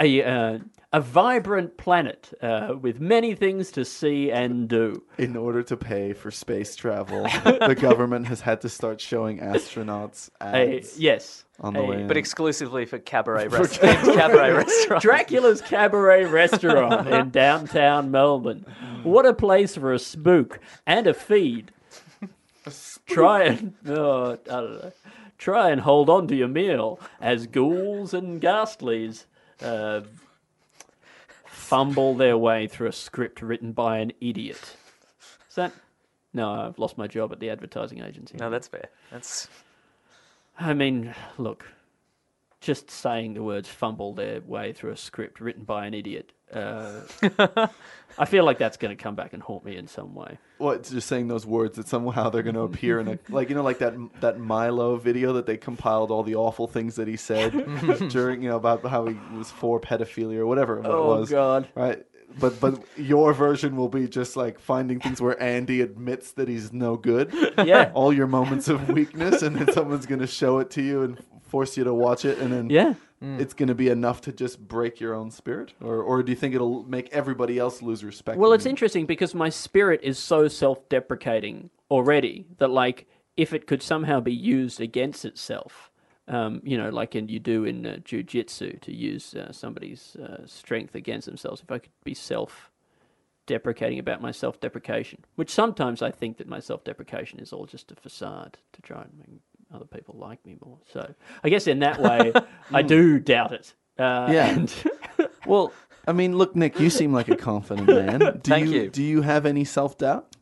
S3: a, uh a vibrant planet uh, with many things to see and do.
S4: In order to pay for space travel, the government has had to start showing astronauts
S3: A,
S4: ads
S3: yes,
S4: on the
S3: a-
S4: way.
S5: But
S4: in.
S5: exclusively for cabaret restaurant. cabaret restaurant.
S3: Dracula's Cabaret Restaurant in downtown Melbourne. What a place for a spook and a feed. Try and oh, I don't know. Try and hold on to your meal as ghouls and ghastlies uh, fumble their way through a script written by an idiot. Is that? No, I've lost my job at the advertising agency.
S5: No, that's fair. That's
S3: I mean, look, just saying the words fumble their way through a script written by an idiot. Uh, I feel like that's going to come back and haunt me in some way.
S4: What just saying those words that somehow they're going
S3: Mm-hmm.
S4: to appear in a like you know like that that Milo video that they compiled all the awful things that he said during you know about how he was for pedophilia or whatever it
S3: Oh,
S4: was.
S3: God.
S4: Right. But but your version will be just like finding things where Andy admits that he's no good.
S3: Yeah.
S4: All your moments of weakness and then someone's going to show it to you and force you to watch it and then
S3: Yeah.
S4: It's going to be enough to just break your own spirit, or or do you think it'll make everybody else lose respect?
S3: Well,
S4: in
S3: it's
S4: you?
S3: interesting because my spirit is so self deprecating already that, like, if it could somehow be used against itself, um, you know, like in, you do in uh, jujitsu to use uh, somebody's uh, strength against themselves, if I could be self deprecating about my self deprecation, which sometimes I think that my self deprecation is all just a facade to try and make other people like me more. So I guess in that way, I do doubt it. Uh,
S4: Yeah.
S3: And
S4: Well, I mean, look, Nick, you seem like a confident man. Do
S5: Thank
S4: you,
S5: you.
S4: Do you have any self doubt?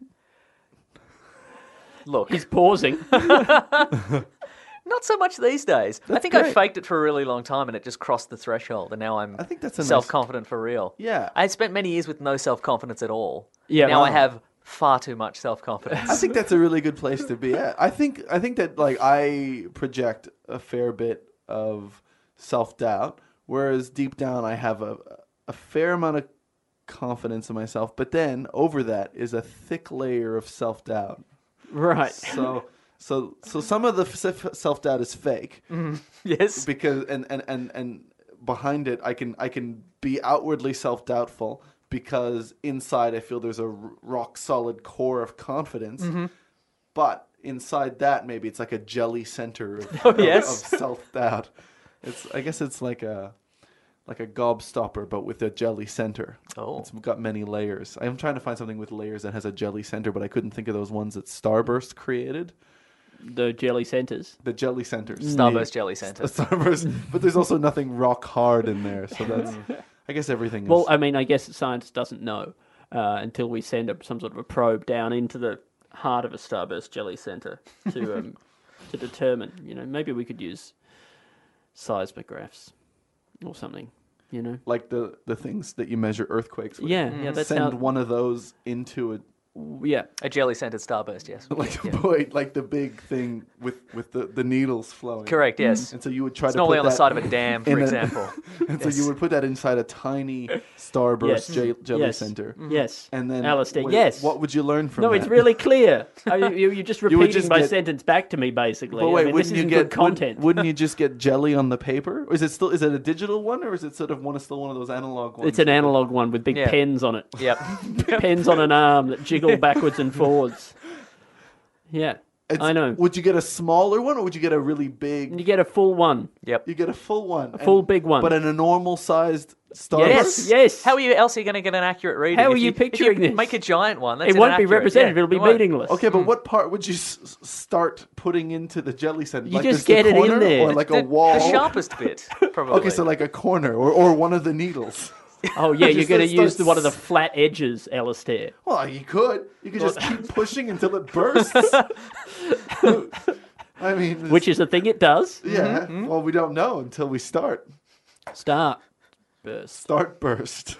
S5: look.
S3: he's pausing.
S5: Not so much these days. I think I faked it for a really long time, and it just crossed the threshold, and now I'm
S4: I think that's a nice-
S5: self-confident for real.
S4: Yeah.
S5: I spent many years with no self-confidence at all.
S3: Yeah.
S5: now I
S3: Wow.
S5: have far too much self-confidence.
S4: I think that's a really good place to be at. I think I think that like I project a fair bit of self doubt, whereas deep down I have a a fair amount of confidence in myself. But then over that is a thick layer of self doubt.
S3: right.
S4: So. So, so some of the self doubt is fake,
S5: yes.
S4: because and and and and behind it i can i can be outwardly self-doubtful because inside i feel there's a r- rock solid core of confidence
S5: Mm-hmm.
S4: but inside that maybe it's like a jelly center of, of-
S5: Oh, yes.
S4: of self-doubt it's i guess it's like a like a gobstopper but with a jelly center
S5: Oh.
S4: it's got many layers i'm trying to find something with layers that has a jelly center but i couldn't think of those ones that starburst created
S3: the jelly centers.
S4: the jelly centers
S5: Starburst Jelly Center.
S4: a Starburst, but there's also nothing rock hard in there. So that's, I guess everything. Is,
S3: Well, I mean, I guess science doesn't know uh, until we send a, some sort of a probe down into the heart of a starburst jelly center to um, to determine. You know, maybe we could use seismographs or something. You know,
S4: like the the things that you measure earthquakes. With.
S3: Yeah, yeah, that's
S4: Mm. Send
S3: how-
S4: one of those into a
S3: yeah,
S5: A Jelly Centered Starburst. Yes.
S4: like a boy, like the big thing with with the the needles flowing.
S5: Correct. Yes.
S4: And so you would mm, try
S5: It's
S4: to
S5: normally
S4: put
S5: on the
S4: that-
S5: side of a dam, for
S4: in a-
S5: example.
S4: and so you would put that inside a tiny starburst
S3: Yes.
S4: je- jelly
S3: Yes. Mm-hmm.
S4: center.
S3: yes,
S4: And then
S3: Alistair,
S4: what,
S3: yes.
S4: What would you learn from
S3: no,
S4: that?
S3: it's really clear. I, you, you're just repeating
S4: just
S3: my
S4: get-
S3: sentence back to me, basically.
S4: But
S3: I
S4: wait,
S3: mean, this
S4: wouldn't you
S3: isn't
S4: get
S3: good content.
S4: Wouldn't, wouldn't you just get jelly on the paper? Or is it still is it a digital one or is it sort of one is still one of those analog ones?
S3: It's an analog one with big
S5: Yeah.
S3: pens on it.
S5: yep.
S3: pens on an arm that jiggle backwards and forwards. Yeah.
S4: It's-
S3: I know.
S4: Would you get a smaller one or would you get a really big?
S3: You get a full one.
S6: Yep.
S4: You get a full one, a
S3: full big one.
S4: but in a normal sized Starbucks.
S3: Yes, yes.
S6: How are you else are you going to get an accurate reading?
S3: How
S6: If
S3: are you
S6: if
S3: picturing this?
S6: Make a giant one. That's
S3: it won't be
S6: inaccurate.
S3: representative.
S6: Yeah,
S3: It'll be
S6: it won't.
S3: meaningless.
S4: Okay, but what part would you s- s- start putting into the jelly sandwich?
S3: You
S4: like
S3: just
S4: is the
S3: get it in
S4: corner
S3: there.
S4: or like
S6: The-
S4: a wall.
S6: The sharpest bit, probably.
S4: Okay, so like a corner or, or one of the needles.
S3: Oh yeah, you're
S4: Just
S3: going to
S4: start-
S3: use the, one of the flat edges, Alistair.
S4: Well, you could. You could just keep pushing until it bursts. I mean,
S3: Which is a thing it does.
S4: yeah.
S6: Mm-hmm.
S4: Well, we don't know until we start.
S3: Start. Burst.
S4: Start burst.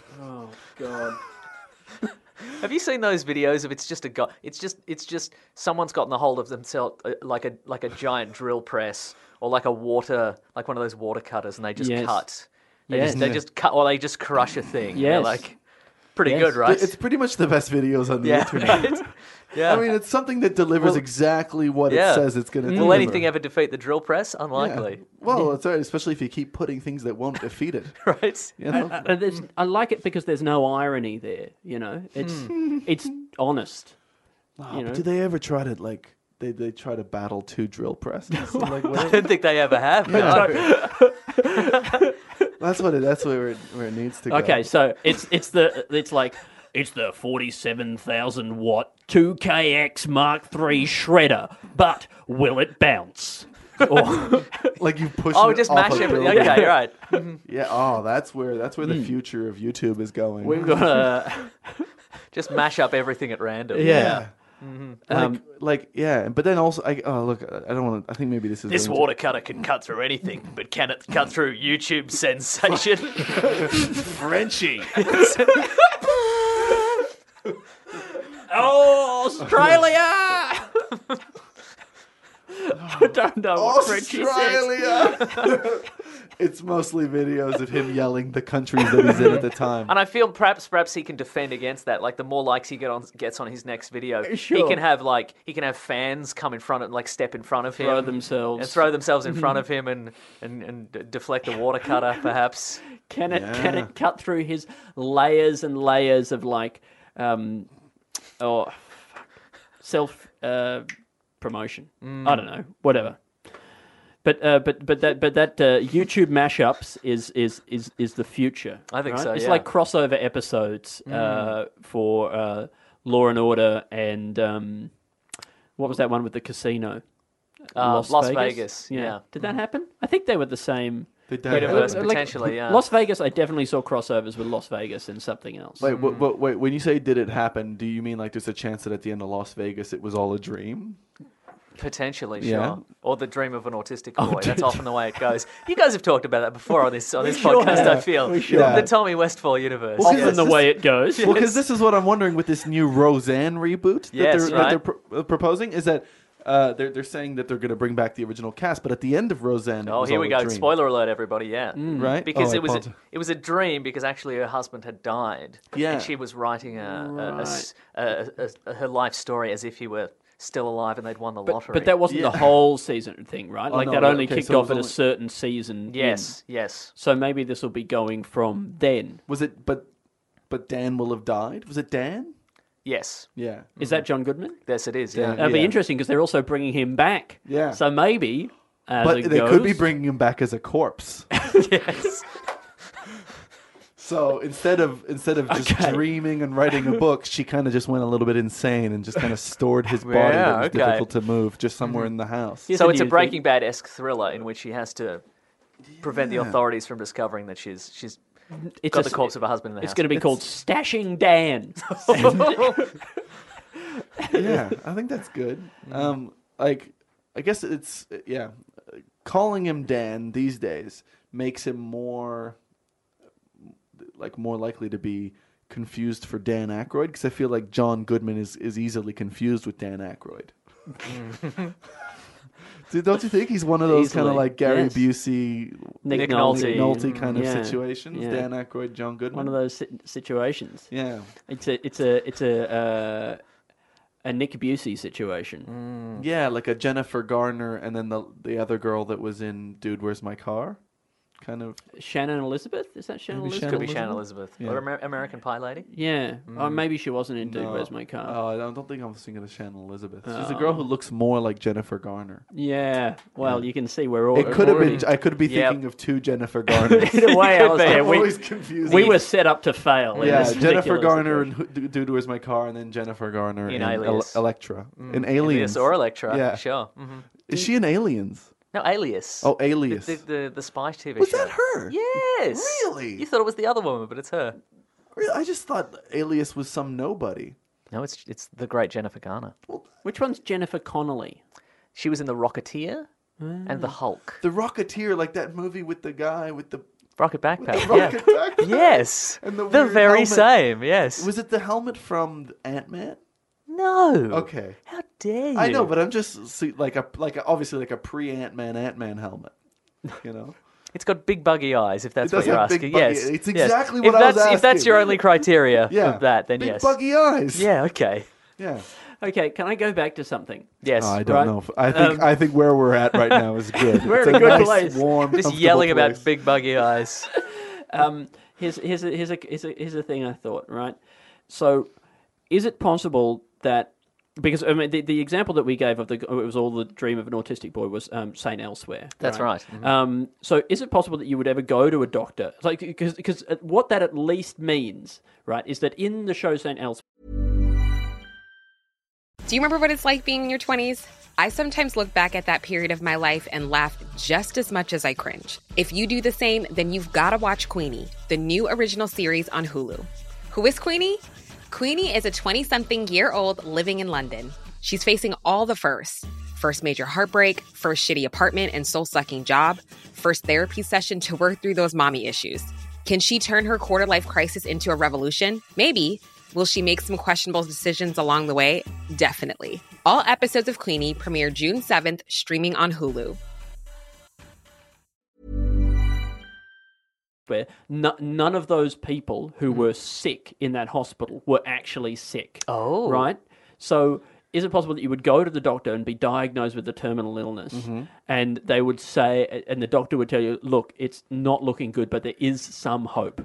S6: Have you seen those videos of it's just a guy? It's just it's just someone's gotten a hold of themselves uh, like a like a giant drill press or like a water like one of those water cutters, and they just
S3: Yes.
S6: cut. They
S3: Yes.
S6: just they just cut or they just crush a thing. Yeah,
S3: Yes.
S6: like pretty
S3: Yes.
S6: good, right?
S4: It's pretty much the best videos on the
S6: yeah.
S4: internet.
S6: yeah.
S4: I mean, it's something that delivers exactly what
S6: yeah.
S4: it says it's going to
S6: Will anything ever defeat the drill press? Unlikely,
S4: Well, it's all right, especially if you keep putting things that won't defeat it.
S6: right?
S4: You know?
S3: Uh, there's, I like it because there's no irony there. You know, it's
S6: Hmm.
S3: it's honest.
S4: Oh,
S3: you
S4: but
S3: know.
S4: do they ever try to like? They they try to battle two drill presses. I'm like,
S6: I
S4: what-
S6: don't think they ever have. no.
S4: that's what it. That's where it, where it needs to go.
S3: Okay, so it's it's the it's like it's the forty-seven thousand watt two KX Mark III shredder, but will it bounce? Or,
S4: like you push.
S6: Oh, just mash
S4: it. off a
S6: everything.
S4: building.
S6: Okay, Hmm. right.
S4: Yeah. Oh, that's where that's where the future of YouTube is going.
S3: we've got a
S6: Just mash up everything at random.
S4: yeah.
S6: Mm-hmm.
S4: Like,
S6: Um,
S4: like yeah, but then also, I, oh look, I don't want to. I think maybe this is
S6: This
S4: going to-
S6: water cutter can cut through anything, but can it cut through YouTube sensation? Frenchie.
S3: oh Australia! I don't know what French is.
S4: Australia. it's mostly videos of him yelling the countries that he's in at the time.
S6: And I feel perhaps perhaps he can defend against that. Like the more likes he get on gets on his next video, he
S3: Sure.
S6: can have like he can have fans come in front of like step in front of him,
S3: Throw themselves.
S6: and throw themselves in front of him, and and, and d- deflect the water cutter perhaps.
S3: Can it can it cut through his layers and layers of like um oh fuck. self uh promotion.
S6: Mm.
S3: I don't know, whatever. But uh, but but that but that uh, YouTube mashups is is is is the future.
S6: I think so,
S3: It's
S6: yeah. Mm.
S3: like crossover episodes uh, for uh, Law and Order and um, what was that one with the casino?
S6: Uh, Las Vegas, yeah. Mm.
S3: Did that happen? I think they were the same.
S4: They don't
S6: Universe
S4: have-
S6: potentially, yeah.
S3: Las Vegas, I definitely saw crossovers with Las Vegas and something else.
S4: Wait,
S6: Hmm.
S4: wait, wait, wait, when you say did it happen, do you mean like there's a chance that at the end of Las Vegas it was all a dream?
S6: Potentially, sure.
S4: Yeah. Oh,
S6: Or the dream of an autistic boy. That's often the way it goes. You guys have talked about that before on this on this podcast. I feel
S4: have.
S6: the Tommy Westfall universe.
S4: Well,
S3: Often
S4: yes,
S3: the
S4: this-
S3: way it goes.
S4: Well, because this is what I'm wondering with this new Roseanne reboot that
S6: Yes,
S4: they're,
S6: right.
S4: that they're pro- uh, proposing is that uh, they're, they're saying that they're going to bring back the original cast, but at the end of Roseanne, it
S6: Oh,
S4: was
S6: here
S4: all
S6: we
S4: a
S6: go!
S4: dream.
S6: Spoiler alert, everybody! Yeah,
S3: Mm.
S4: Right?
S6: Because
S4: Oh, I
S6: it was a,
S4: apologize.
S6: it was a dream because actually her husband had died.
S4: Yeah.
S6: and she was writing a, a- a s- a- a- a- her life story as if he were still alive and they'd won the lottery.
S3: But that wasn't the whole season thing, right? like
S4: Oh, no,
S3: that
S4: no,
S3: only
S4: okay,
S3: kicked
S4: so it
S3: off
S4: was
S3: at a
S4: only-
S3: certain season. in.
S6: yes, yes.
S3: So maybe this will be going from then.
S4: Was it? But but Dan will have died. Was it Dan?
S6: Yes,
S4: Yeah.
S3: Is that John Goodman?
S6: yes, it is. Yeah.
S4: Yeah.
S3: That'd be interesting because they're also bringing him back.
S4: Yeah.
S3: So maybe. As
S4: But
S3: it
S4: they could be
S3: goes-
S4: bringing him back as a corpse.
S6: yes.
S4: So instead of instead of just dreaming and writing a book, she kind of just went a little bit insane and just kind of stored his body
S6: Yeah,
S4: that was
S6: okay.
S4: difficult to move just somewhere in the house.
S3: Here's
S6: So it's a
S3: new thing.
S6: Breaking Bad esque thriller in which she has to prevent the authorities from discovering that she's she's
S3: It's
S6: got
S3: a-
S6: the corpse of her husband in the
S3: It's
S6: house.
S3: going to be called Stashing Dan.
S4: yeah, I think that's good. Um, like, I guess it's yeah, calling him Dan these days makes him more like more likely to be confused for Dan Aykroyd because I feel like John Goodman is is easily confused with Dan Aykroyd. Do- Don't you think he's one of those kind of
S3: Mm. Easily,
S4: like Gary
S3: yes.
S4: Busey,
S3: Nick,
S6: Nick
S3: Nolte.
S6: Nolte.
S4: Nolte kind of
S3: Yeah,
S4: situations?
S3: yeah.
S4: Dan Aykroyd, John
S3: One
S4: Goodman.
S3: of those si- situations.
S4: Yeah.
S3: It's a it's a it's a uh, a Nick Busey situation.
S4: Yeah, like a Jennifer Garner and then the the other girl that was in Dude, Where's My Car? kind of.
S3: Shannon Elizabeth? Is that Shannon
S4: Maybe
S3: Elizabeth?
S5: Could be
S4: Elizabeth? Mm.
S5: Shannon Elizabeth or Amer- American Pie Lady.
S3: Yeah. Or maybe she wasn't in Dude,
S4: No.
S3: Where's My Car?
S4: Oh, I don't- don't think I'm thinking of Shannon Elizabeth. She's a girl who looks more like Jennifer Garner.
S3: yeah. Well, you can see we're all.
S4: It could have
S3: already-
S4: been. I could be
S5: Yep.
S4: thinking of two Jennifer Garners.
S3: Either way, I
S4: I'm
S3: was there. We,
S4: always confused.
S3: we were set up to fail. in
S4: Yeah,
S3: this
S4: Jennifer
S3: ridiculous
S4: Garner
S3: situation.
S4: and Dude, Where's My Car, and then Jennifer Garner
S5: In
S4: in, Mm. Ele-
S5: Alias.
S4: Electra. In Aliens.
S5: Alias or Electra.
S4: Yeah.
S5: Sure. hmm
S4: Is she in Aliens?
S5: No, Alias.
S4: Oh, Alias.
S5: The, the, the, the spy TV
S4: Was
S5: show.
S4: that her?
S5: Yes.
S4: Really?
S5: You thought it was the other woman, but it's her.
S4: Really? I just thought Alias was some nobody.
S5: No, it's it's the great Jennifer Garner.
S3: Which one's Jennifer Connolly?
S5: She was in The Rocketeer and The Hulk.
S4: The Rocketeer, like that movie with the guy with the
S5: Rocket Backpack.
S4: rocket
S5: yeah.
S4: backpack.
S5: Yes.
S4: And the
S5: the
S4: weird
S5: very
S4: helmet.
S5: same. Yes.
S4: Was it the helmet from Ant Man?
S5: No.
S4: Okay.
S5: How dare you?
S4: I know, but I'm just see, like a like a, obviously like a pre Ant Man Ant Man helmet. You know,
S5: it's got big buggy eyes. If that's
S4: does
S5: what you're
S4: have big
S5: asking,
S4: buggy-
S5: yes.
S4: it's
S5: yes.
S4: exactly
S5: if
S4: what I was
S5: that's, If that's your
S4: asking.
S5: only criteria
S4: yeah.
S5: of that, then
S4: Big
S5: yes.
S4: buggy eyes.
S5: Yeah. Okay.
S4: yeah.
S3: Okay, can I go back to something?
S5: Yes.
S4: Oh, I don't
S3: Right.
S4: know. If, I think
S5: Um,
S4: I think where we're at right now is good.
S3: We're
S4: It's
S3: in a good
S4: nice,
S3: place.
S4: Warm,
S5: Just
S4: comfortable
S5: yelling
S4: place.
S5: about big buggy eyes.
S3: Um, here's here's a, here's a here's a here's a thing I thought. Right, so is it possible that because I mean the, the example that we gave of the it was all the dream of an autistic boy was um, Saint Elsewhere.
S5: That's right. Mm-hmm.
S3: Um, so is it possible that you would ever go to a doctor? Like because because what that at least means, right, is that in the show Saint Elsewhere.
S6: Do you remember what it's like being in your 20s? I sometimes look back at that period of my life and laugh just as much as I cringe. If you do the same, then you've got to watch Queenie, the new original series on Hulu. Who is Queenie? Queenie is a 20 something year old living in London. She's facing all the firsts first major heartbreak, first shitty apartment and soul sucking job, first therapy session to work through those mommy issues. Can she turn her quarter life crisis into a revolution? Maybe. Will she make some questionable decisions along the way? Definitely. All episodes of Queenie premiere June 7th, streaming on Hulu.
S3: where no, none of those people who were sick in that hospital were actually sick.
S5: Oh.
S3: Right? So is it possible that you would go to the doctor and be diagnosed with a terminal illness and they would say and the doctor would tell you, look, it's not looking good, but there is some hope.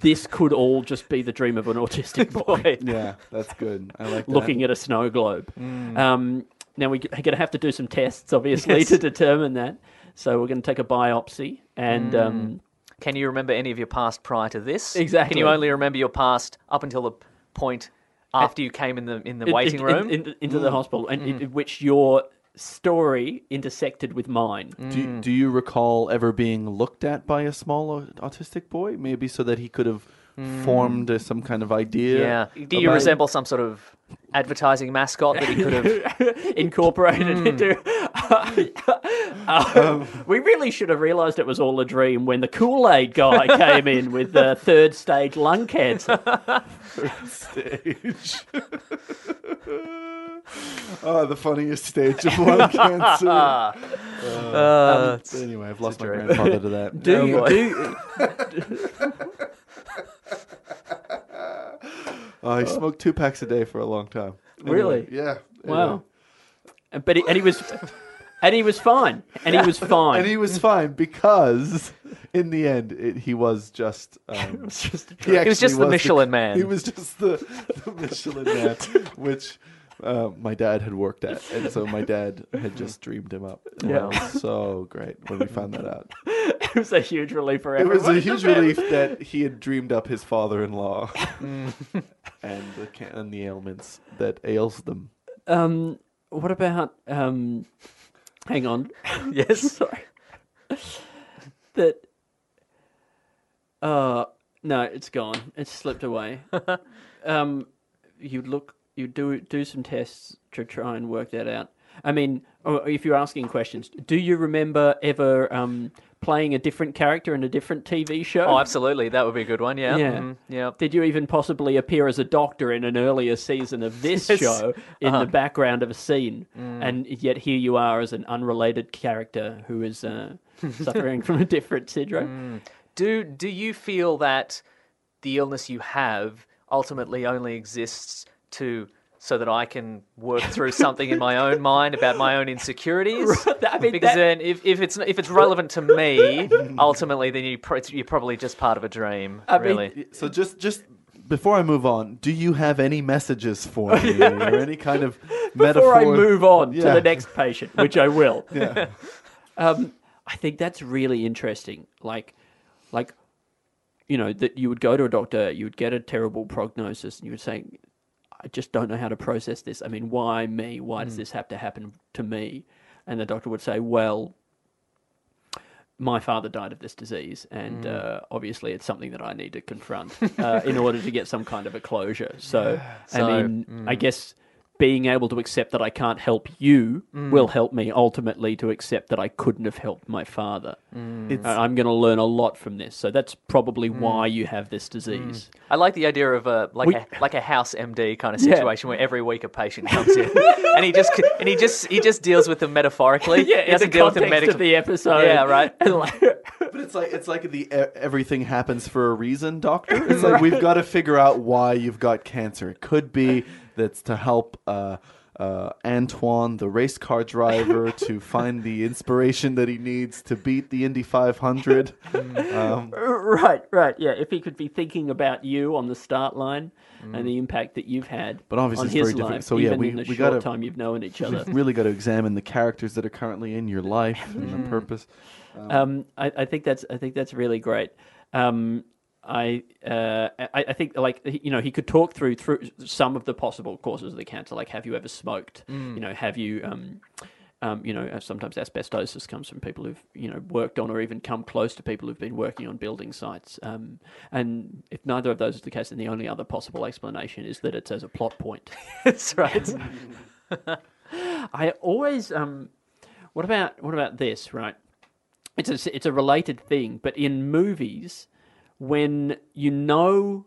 S3: this could all just be the dream of an autistic boy
S4: Yeah, that's good. I like that.
S3: looking at a snow globe. Um, now we g- are going to have to do some tests, obviously, to determine that. So we're going to take a biopsy and um,
S5: Can you remember any of your past prior to this?
S3: Exactly.
S5: Can you only remember your past up until the point after you came in the in the
S3: in-
S5: waiting
S3: in-
S5: room?
S3: in- in- into the hospital, and in, in which your story intersected with mine.
S5: Mm.
S4: Do, do you recall ever being looked at by a small au- autistic boy? Maybe so that he could have formed uh, some kind of
S5: Mm. yeah.
S4: idea.
S5: Do you
S4: about-
S5: resemble some sort of advertising mascot that he could have?
S3: Incorporated into. Uh, we really should have realised it was all a dream when the Kool Aid guy came in with the third stage lung cancer.
S4: stage? oh, the funniest stage of lung cancer.
S5: Uh,
S4: anyway, I've lost my grandfather to that.
S3: Do you? Do,
S4: Oh, I smoked two packs a day for a long time. Anyway,
S3: Really?
S4: Yeah.
S3: wow. But he, and he was, and he was fine, and he was fine.
S4: And he was fine because, in the end, it, he was just. Um,
S3: It's just a dream.
S4: He
S5: was
S4: actually
S5: just the Michelin Man.
S4: He was just the, the Michelin man, which uh, my dad had worked at, and so my dad had just dreamed him up. And that was so great when we found that out.
S3: It was a huge relief for
S4: It
S3: everyone.
S4: was a huge relief that he had dreamed up his father-in-law
S5: Mm.
S4: and the ca- and the ailments that ails them.
S3: Um, what about um, hang on,
S5: yes.
S3: sorry, that uh, no, it's gone. It's slipped away. um, you look, you do do some tests to try and work that out. I mean, or if you're asking questions, do you remember ever um, playing a different character in a different TV show?
S5: Oh, absolutely. That would be a good one. Yeah.
S3: Yeah.
S5: Mhm, yeah.
S3: Did you even possibly appear as a doctor in an earlier season of this
S5: Yes.
S3: show in the background of a scene? And yet here you are as an unrelated character who is uh, suffering from a different syndrome.
S5: Do do you feel that the illness you have ultimately only exists to so that I can work through something in my own mind about my own insecurities.
S3: I mean,
S5: because
S3: that-
S5: then, if, if it's if it's relevant to me, ultimately, then you pr- it's- you're probably just part of a dream.
S3: I mean,
S5: really,
S4: So just just before I move on, do you have any messages for me or any kind of metaphor?
S3: before I move on to
S4: Yeah.
S3: the next patient, which I will. um, I think that's really interesting. Like, like, you know, that you would go to a doctor, you would get a terrible prognosis, and you would say, "I just don't know how to process this. I mean, why me? Why
S4: Mm.
S3: does this have to happen to me?" And the doctor would say, "Well." My father died of this disease, and uh, obviously, it's something that I need to confront uh, in order to get some kind of a closure. So, I
S5: So,
S3: mean, I guess being able to accept that I can't help you will help me ultimately to accept that I couldn't have helped my father.
S4: It's-
S3: I- I'm going to learn a lot from this. So that's probably why you have this disease.
S5: I like the idea of a like
S3: We-
S5: a like a house MD kind of
S3: Yeah.
S5: situation where every week a patient comes in and he just and he just he just deals with them metaphorically.
S3: Yeah,
S5: he
S3: in the
S5: doesn't deal with them
S3: context
S5: medically.
S3: of the episode.
S5: Yeah, right.
S3: And like,
S4: But it's like it's like the e- everything happens for a reason, doctor. It's like we've got to figure out why you've got cancer. It could be that's to help uh, uh, Antoine, the race car driver, to find the inspiration that he needs to beat the Indy 500.
S5: Mm.
S4: Um,
S3: right, right. Yeah, if he could be thinking about you on the start line and the impact that you've had
S4: Mm. But obviously
S3: on
S4: it's
S3: his
S4: very different.
S3: life,
S4: So, yeah,
S3: even
S4: we-
S3: in the
S4: we
S3: short
S4: gotta-
S3: time you've known each other.
S4: we've really got to examine the characters that are currently in your life and the
S5: Mm.
S4: purpose.
S3: um, I, I think that's I think that's really great. Um, I, uh, I I think like he- you know he could talk through through some of the possible causes of the cancer. Like, have you ever smoked? You know, have you um, um, you know uh, sometimes asbestosis comes from people who've you know worked on or even come close to people who've been working on building sites. Um, and if neither of those is the case, then the only other possible explanation is that it's as a plot point.
S5: That's right.
S3: I always um, what about what about this right? It's a it's a related thing, but in movies, when you know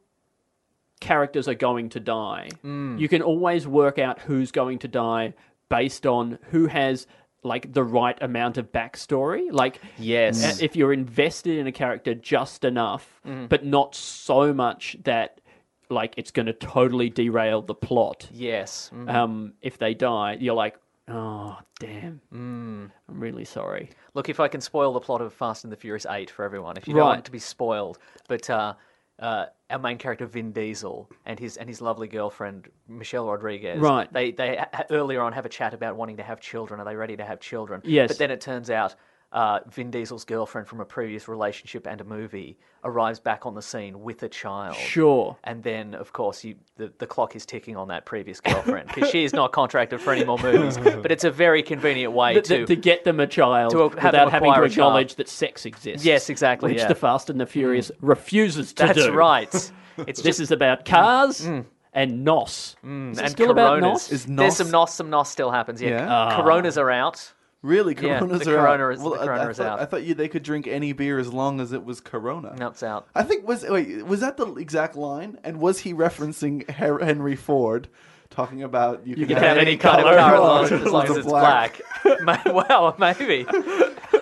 S3: characters are going to die, you can always work out who's going to die based on who has like the right amount of backstory. Like
S5: Yes.
S3: if you're invested in a character just enough, but not so much that like it's going to totally derail the plot
S5: Yes. Mm.
S3: um, if they die, you're like, oh, damn. I'm really sorry.
S5: Look, if I can spoil the plot of Fast and the Furious Eight for everyone, if you
S3: Right.
S5: don't want it to be spoiled, but uh, uh, our main character Vin Diesel and his and his lovely girlfriend Michelle Rodriguez,
S3: Right.
S5: They they ha- earlier on have a chat about wanting to have children. Are they ready to have children?
S3: Yes.
S5: But then it turns out. Uh, Vin Diesel's girlfriend from a previous relationship and a movie arrives back on the scene with a child.
S3: Sure.
S5: And then, of course, you the, the clock is ticking on that previous girlfriend because she is not contracted for any more movies. But it's a very convenient way
S3: Th- th-
S5: to
S3: to get them a child
S5: to have them
S3: without having to
S5: acquire a child.
S3: acknowledge that sex exists.
S5: Yes, exactly,
S3: Which
S5: yeah. Mm.
S3: the Fast and the Furious refuses to
S5: That's
S3: do.
S5: right. It's
S3: This
S5: just Mm.
S3: is about cars and NOS. Is it
S5: and
S3: still about
S5: coronas.
S3: NOS?
S4: Is
S5: There's
S4: nos- Ah.
S5: some nos, some nos still happens. Yeah,
S4: Yeah?
S5: coronas are out.
S4: Really,
S5: Yeah,
S4: Coronas
S5: the
S4: are
S5: Corona
S4: out.
S5: is- the
S4: I- I,
S5: Corona is
S4: thought,
S5: out.
S4: I thought you, they could drink any beer as long as it was Corona.
S5: No, it's out.
S4: I think was wait was that the exact line? And was he referencing Her- Henry Ford talking about you,
S3: can have any
S5: Kind of
S3: colour
S5: car
S3: as
S5: as
S3: long
S5: long as, as long as it's black. Ma- wow, maybe.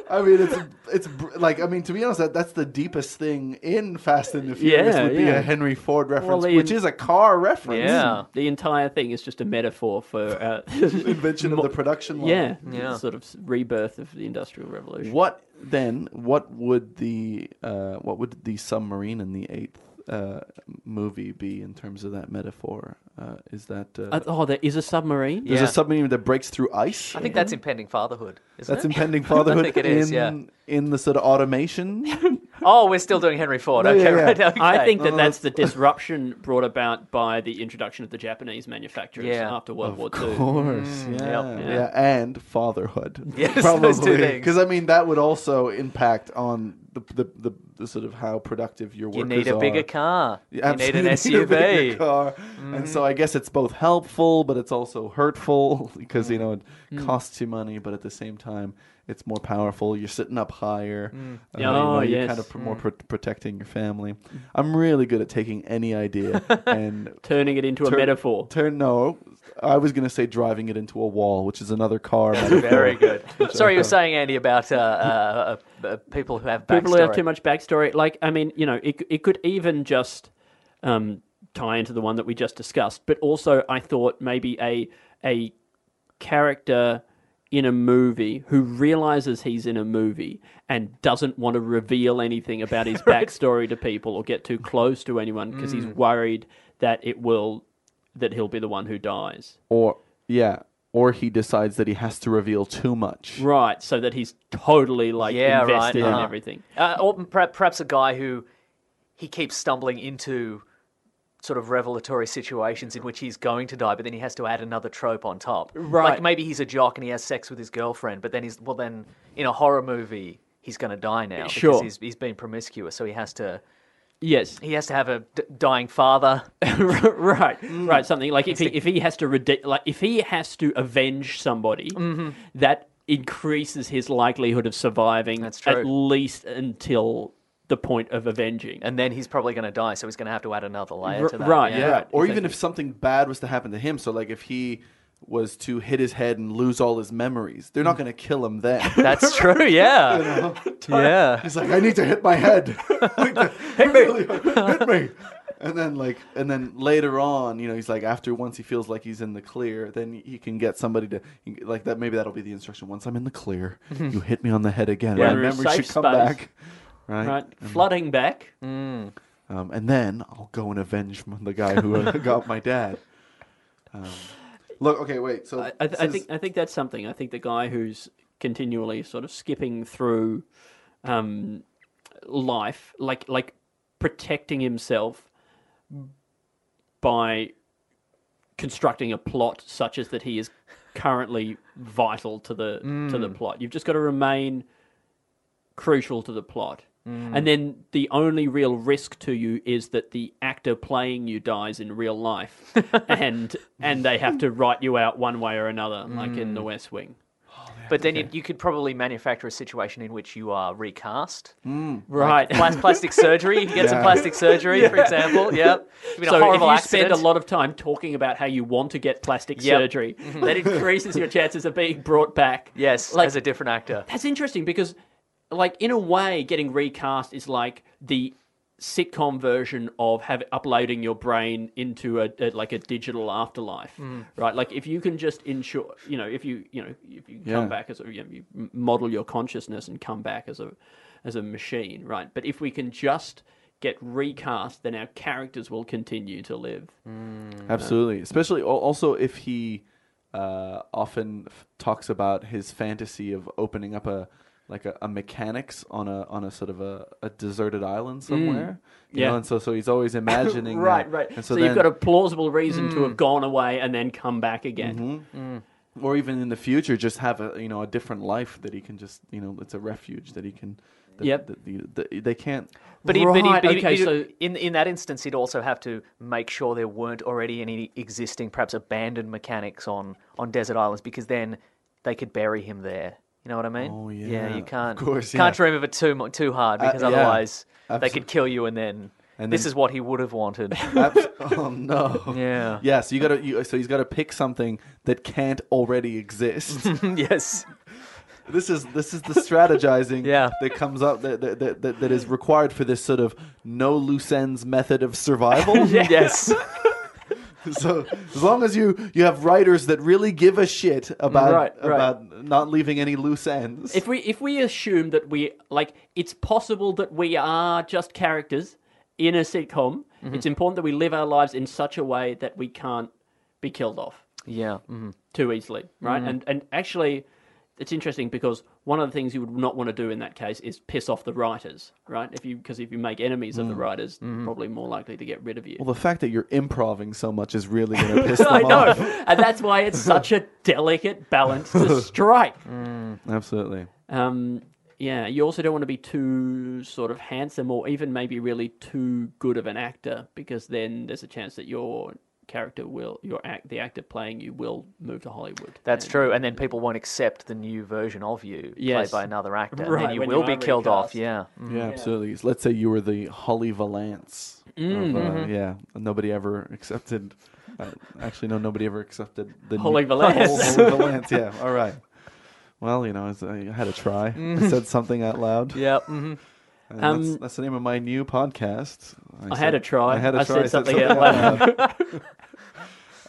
S4: I mean, it's it's br- like I mean to be honest, that, that's the deepest thing in Fast and the Furious
S3: Yeah,
S4: would be
S3: yeah.
S4: a Henry Ford reference,
S3: Well, in-
S4: which is a car reference.
S5: Yeah.
S3: The entire thing is just a metaphor for uh,
S4: Invention of the production line.
S3: yeah,
S5: Yeah.
S3: sort of rebirth of the industrial revolution.
S4: What then? What would the uh, what would the submarine in the eighth uh, movie be in terms of that metaphor? Uh, is that uh,
S3: Uh, oh, there is a submarine.
S4: there's
S5: yeah.
S4: a submarine that breaks through ice?
S5: I think that's impending fatherhood, isn't
S4: That's
S5: it?
S4: impending fatherhood
S5: I think it is,
S4: in,
S5: yeah.
S4: in the sort of automation.
S5: oh, we're still doing Henry Ford.
S4: No,
S5: okay,
S4: yeah, yeah.
S5: right. Okay.
S3: I think that
S4: No,
S3: that's the disruption brought about by the introduction of the Japanese manufacturers
S5: Yeah.
S3: after World War
S4: Of
S3: II.
S4: course, yeah,
S5: Mm, yep.
S4: yeah, and fatherhood.
S5: Yes, those two things.
S4: Because I mean, that would also impact on the the, the, the sort of how productive your
S5: you
S4: workers
S5: need a bigger
S4: are.
S5: car.
S4: You
S5: You need an
S4: absolutely need a
S5: SUV.
S4: bigger car. And so
S5: Mm-hmm.
S4: I guess it's both helpful, but it's also hurtful because you know it
S5: Mm.
S4: costs you money, but at the same time, it's more powerful. You're sitting up higher.
S5: Mm.
S4: Uh, you
S3: Oh,
S4: know, you're
S3: yes.
S4: kind of pr- more pro- protecting your family.
S5: Mm.
S4: I'm really good at taking any idea and
S3: Turning it into a
S4: Turn-
S3: metaphor.
S4: Turn no. I was gonna say driving it into a wall, which is another car. metaphor.
S5: Very good.
S4: Which
S5: Sorry,
S4: I
S5: you were
S4: thought-
S5: saying Andy about uh, uh, uh, uh, people who have backstory.
S3: People who have too much backstory, like I mean, you know, it it could even just um, tie into the one that we just discussed, but also I thought maybe a a character in a movie who realizes he's in a movie and doesn't want to reveal anything about his backstory to people or get too close to anyone because
S5: Mm.
S3: he's worried that it will that he'll be the one who dies.
S4: or yeah, or he decides that he has to reveal too much.
S3: Right, so that he's totally like
S5: Yeah, right,
S3: invested in
S5: uh-huh.
S3: everything.
S5: Uh, or per- perhaps a guy who he keeps stumbling into sort of revelatory situations in which he's going to die, but then he has to add another trope on top.
S3: Right.
S5: Like maybe he's a jock and he has sex with his girlfriend, but then he's, well, then in a horror movie, he's going to die now
S3: Sure.
S5: because he's, he's been promiscuous. So he has to,
S3: Yes.
S5: he has to have a d- dying father.
S3: right,
S5: Mm.
S3: right. Something like if he if he has to rede- like if he has to avenge somebody,
S5: Mm-hmm.
S3: that increases his likelihood of surviving.
S5: That's
S3: At
S5: true.
S3: least until the point of avenging.
S5: and then he's probably going to die, so he's going to have to add another layer
S3: R-
S5: to that.
S3: right,
S4: Yeah,
S3: Right,
S4: or even if something bad was to happen to him, so like if he was to hit his head and lose all his memories, they're not going to kill him then.
S5: That's true, yeah. yeah.
S4: He's like, I need to hit my head. like, hit me, hit me. And then like, and then later on, you know, he's like, after once he feels like he's in the clear, then he can get somebody to like that. Maybe that'll be the instruction. Once I'm in the clear, you hit me on the head again.
S3: Yeah.
S4: My
S3: We're in a
S4: memory
S3: safe
S4: should come
S3: space.
S4: back. Right.
S3: Right,
S5: Mm-hmm.
S3: flooding back.
S4: Um, and then I'll go and avenge m- the guy who uh, got my dad. Um, look, okay, wait. So
S3: I,
S4: this
S3: I
S4: is-
S3: think I think that's something. I think the guy who's continually sort of skipping through um, life, like like protecting himself by constructing a plot such as that he is currently vital to the to the plot. You've just got to remain crucial to the plot.
S5: Mm.
S3: And then the only real risk to you is that the actor playing you dies in real life, and and they have to write you out one way or another, like
S5: Mm.
S3: in The West Wing.
S5: But then you, you could probably manufacture a situation in which you are recast.
S3: Right.
S5: Plas- plastic surgery. You can get some plastic surgery, for example. Yep. It's been
S3: so
S5: a horrible
S3: if you
S5: accident.
S3: spend a lot of time talking about how you want to get plastic
S5: Yep.
S3: surgery, that increases your chances of being brought back.
S5: Yes,
S3: Like-
S5: as a different actor.
S3: That's interesting because, like, in a way, getting recast is like the sitcom version of have uploading your brain into a, a like a digital afterlife, right? Like, if you can just ensure, you know, if you you know if you
S4: Yeah.
S3: come back as a you, know, you model your consciousness and come back as a as a machine, right? But if we can just get recast, then our characters will continue to live.
S4: Absolutely. Especially al- also if he uh, often f- talks about his fantasy of opening up a like a, a mechanics on a on a sort of a, a deserted island somewhere. you
S3: Mm, Yeah.
S4: know, And so so he's always imagining
S3: Right,
S4: that.
S3: right. Hmm.
S4: And
S3: so
S4: so, then,
S3: you've got a plausible reason to have gone away and then come back again.
S4: Mm-hmm. or even in the future just have a you know a different life that he can just you know it's a refuge that he can that,
S3: Yep.
S4: that the- the- they can't
S5: But, he, but, he,
S3: Right,
S5: but he-
S3: okay,
S5: but he-
S3: so-
S5: in, in that instance, he'd also have to make sure there weren't already any existing, perhaps abandoned mechanics on, on desert islands because then they could bury him there. You know what I mean?
S4: Oh, yeah,
S5: Yeah, you
S4: of
S5: can't,
S4: course,
S5: can't
S4: yeah.
S5: dream of it too, mu- too hard because
S4: yeah,
S5: otherwise they
S4: absolute-
S5: could kill you and then
S4: And
S5: this
S4: then-
S5: is what he would have wanted.
S4: Abs- oh no.
S5: Yeah.
S4: Yeah. So you got to. You, so he's got to pick something that can't already exist.
S5: yes.
S4: this is this is the strategizing.
S5: Yeah.
S4: That comes up that that, that that that is required for this sort of no loose ends method of survival.
S5: Yes.
S4: So as long as you you have writers that really give a shit about
S3: Right, right.
S4: about not leaving any loose ends.
S3: If we if we assume that we like it's possible that we are just characters in a sitcom, it's important that we live our lives in such a way that we can't be killed off
S5: yeah. mhm.
S3: too easily, right? And and actually it's interesting because one of the things you would not want to do in that case is piss off the writers, right? If you because if you make enemies of the writers, they're probably more likely to get rid of you.
S4: well, the fact that you're improving so much is really going to piss them
S3: I know,
S4: off.
S3: and that's why it's such a delicate balance to strike.
S4: Absolutely.
S3: Um, yeah, you also don't want to be too sort of handsome or even maybe really too good of an actor because then there's a chance that your character will, your act, the actor playing you will move to Hollywood.
S5: That's
S3: And-
S5: true, and then people won't accept the new version of you
S3: Yes.
S5: played by another actor, and
S3: Right,
S5: then you
S3: when
S5: will
S3: you
S5: be
S3: are
S5: killed off.
S3: recast.
S5: Yeah, Mm.
S4: Yeah, absolutely. So let's say you were the Holly Valance. of,
S3: Mm-hmm.
S4: uh, yeah, nobody ever accepted. Uh, actually, no, nobody ever accepted the new-
S3: Holly Valance.
S4: Holly Valance. Yeah. All
S3: Mm-hmm.
S4: uh, right. Well, you know, I was- I had a try. I said something out loud.
S5: yeah. mhm.
S4: And that's, that's the name of my new podcast.
S3: Um, I had a try.
S4: I had a
S3: I
S4: try.
S3: said something out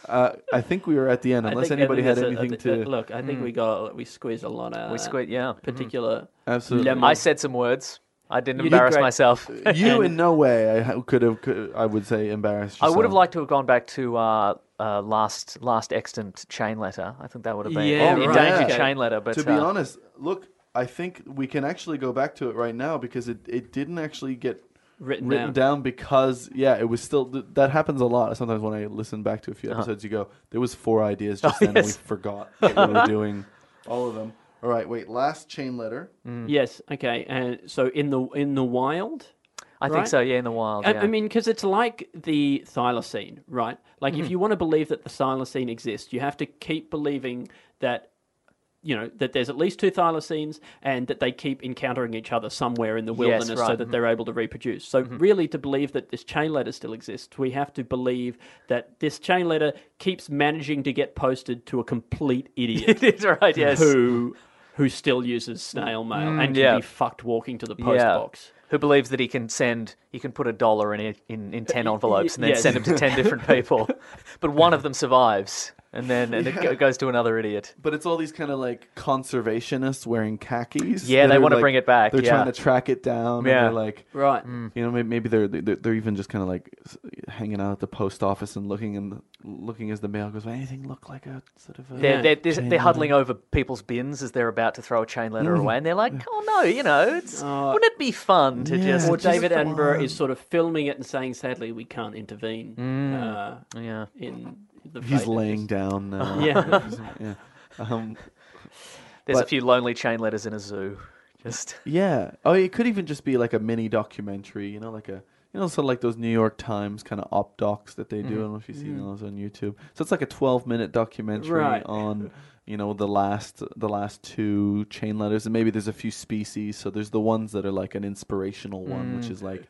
S4: Uh, I think we were at the end,
S3: I
S4: unless
S3: think- I
S4: anybody
S3: think
S4: had
S3: that's a- I
S4: anything
S3: think
S4: to. Mm.
S3: that- look. I think we got we squeezed a lot out. of
S5: We
S3: that
S5: squid, yeah. Mm-hmm.
S3: particular.
S4: Absolutely.
S3: lemon.
S5: I said some words. I didn't
S3: You did
S5: embarrass
S3: great.
S5: myself.
S4: You in no way I ha- could have. Could, I would say embarrassed.
S5: I would have
S4: yourself.
S5: liked to have gone back to uh, uh, last last extant chain letter. I think that would have been
S3: Yeah,
S5: in
S3: right.
S5: danger
S3: Okay.
S5: chain letter. But
S4: to be
S5: uh,
S4: honest, look, I think we can actually go back to it right now because it, it didn't actually get
S3: Written down.
S4: because yeah, it was still th- that happens a lot. Sometimes when I listen back to a few episodes, you go, there was four ideas just then, and
S5: Uh-huh. Oh, yes.
S4: we forgot that we were doing all of them. All right, wait, last chain letter.
S5: Mm.
S3: Yes. Okay. And so in the in the wild.
S5: I think
S3: right?
S5: so. Yeah, in the wild.
S3: I,
S5: yeah.
S3: I mean, because it's like the thylacine, right? Like,
S5: Mm-hmm.
S3: if you want to believe that the thylacine exists, you have to keep believing that, you know, that there's at least two thylacines and that they keep encountering each other somewhere in the wilderness so
S5: right. Mm-hmm.
S3: that they're able to reproduce. So, really, to believe that this chain letter still exists, we have to believe that this chain letter keeps managing to get posted to a complete idiot
S5: it is right. Yes. Mm,
S3: who. Who still uses snail mail and can
S5: yeah.
S3: be fucked walking to the post
S5: yeah.
S3: box?
S5: Who believes that he can send? He can put a dollar in it- in, in ten envelopes and then
S3: yes.
S5: send them to ten different people, but one of them survives, and then and it go- goes to another idiot.
S4: But it's all these kind of like conservationists wearing khakis.
S5: Yeah,
S4: that
S5: they
S4: are,
S5: wanna
S4: like-
S5: bring it back,
S4: They're
S5: yeah.
S4: trying to track it down.
S5: Yeah.
S4: and they're like
S3: Right.
S5: Mm.
S4: You know, maybe, maybe they're, they're they're even just kind of like s- hanging out at the post office and looking and looking as the mail goes. "Well, Anything look like a sort of a
S5: They're, they're, they're,
S4: chain
S5: they're
S4: letter?" Mm.
S5: huddling over people's bins as they're about to throw a chain letter away, and they're like, "Oh no, you know, it's,
S3: Uh,
S5: wouldn't it be fun to
S4: yeah.
S5: just?"
S3: Or David
S4: the
S3: Attenborough
S4: one.
S3: is sort of filming it and saying, "Sadly, we can't intervene." Uh,
S5: yeah.
S3: in the
S4: Mm. He's
S3: fate of
S4: laying
S3: this.
S4: down now.
S3: Yeah.
S4: yeah. Um,
S5: There's a
S4: But-
S5: few lonely chain letters in a zoo. Just
S4: yeah. Oh, it could even just be like a mini documentary, you know, like a you know, sort of like those New York Times kind of op docs that they do. I don't know if you've seen those on YouTube. So it's like a twelve minute documentary
S3: Right.
S4: on you know the last the last two chain letters, and maybe there's a few species. So there's the ones that are like an inspirational one, which is like.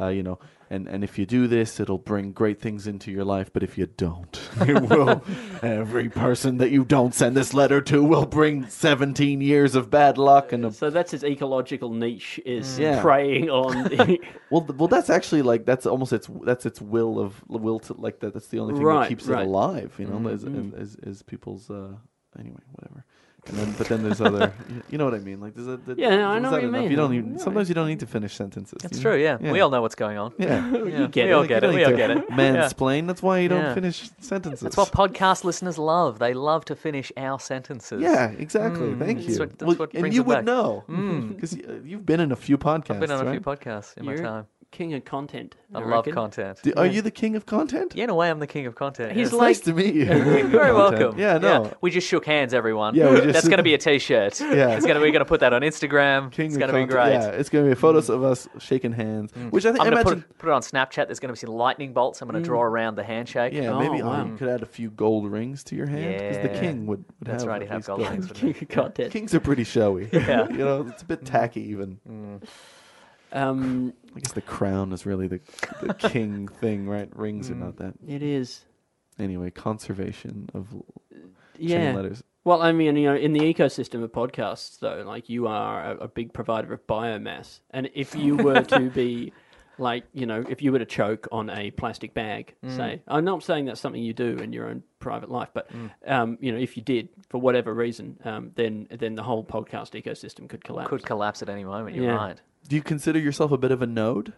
S4: Uh, you know, and, and if you do this, it'll bring great things into your life. But if you don't, it will. Every person that you don't send this letter to will bring 17 years of bad luck and a
S3: So that's his ecological niche is
S4: Mm. Yeah.
S3: preying on. The,
S4: Well, th- well, that's actually like that's almost its that's its will of will to like that. That's the only thing
S3: Right,
S4: that keeps
S3: right.
S4: it alive. You know, is,
S5: Mm-hmm.
S4: is is people's uh, anyway, whatever. And then, but then there's other. you- You know what I mean? Like, there's a. th-
S3: Yeah, no, I
S4: is
S3: know
S4: that
S3: what you
S4: enough?
S3: mean.
S4: You don't even. Sometimes you don't need to finish sentences.
S5: it's
S4: you know?
S5: true. Yeah. we all know what's going on.
S4: Yeah.
S5: Yeah.
S3: get
S5: we
S3: it.
S5: all
S3: Like,
S5: get it. We all get it. Yeah.
S4: Mansplain. That's why you don't
S5: Yeah.
S4: finish sentences.
S5: That's what podcast listeners love. They love to finish our sentences.
S4: Yeah, exactly. Thank you.
S5: Mm, That's what- that's
S4: Well,
S5: what
S4: and
S5: brings
S4: you
S5: it
S4: would
S5: back. Mm.
S4: know because you've been in a few podcasts.
S5: I've been on a few
S4: right?
S5: podcasts in my
S3: You're
S5: time.
S3: king of content.
S5: I
S3: I
S5: love
S3: reckon.
S5: content.
S4: Do- Are you the king of content?
S5: Yeah, in a way, I'm the king of content.
S3: He's
S5: yes.
S4: It's nice
S3: like-
S4: to meet you.
S5: Very
S4: Content.
S5: welcome.
S4: Yeah, no.
S5: We just shook hands, everyone.
S4: Yeah, we just-
S5: That's going to be a T-shirt.
S4: Yeah.
S5: It's going to. We're going to put that on Instagram.
S4: King
S5: it's
S4: of
S5: going to be
S4: content.
S5: great. Mm.
S4: Yeah, it's going to be photos of us shaking hands, which I think
S5: I'm going to
S4: imagine.
S5: put, put it on Snapchat. There's going to be some lightning bolts. I'm going to draw around the handshake.
S4: yeah,
S3: Oh,
S4: maybe
S3: wow.
S4: oh, you could add a few gold rings to your hand because the
S5: Yeah.
S4: king would, would
S5: That's
S4: have.
S5: right.
S4: at
S5: He'd have
S4: least
S5: gold rings. wouldn't he?
S3: King of content.
S4: Kings are pretty showy.
S5: Yeah. Mm.
S4: you know, it's a bit tacky even.
S3: Um,
S4: I guess the crown is really the, the king thing, right? Rings
S5: Mm.
S4: are not that.
S3: it is.
S4: Anyway, conservation of l-
S3: Yeah.
S4: chain letters.
S3: Well, I mean, you know, in the ecosystem of podcasts, though, like you are a, a big provider of biomass, and if you were to be, like, you know, if you were to choke on a plastic bag,
S5: Mm.
S3: say, I'm not saying that's something you do in your own private life, but
S5: Mm.
S3: um, you know, if you did for whatever reason, um, then then the whole podcast ecosystem could collapse.
S5: Could collapse at any moment. You're
S3: Yeah.
S5: right.
S4: Do you consider yourself a bit of a node?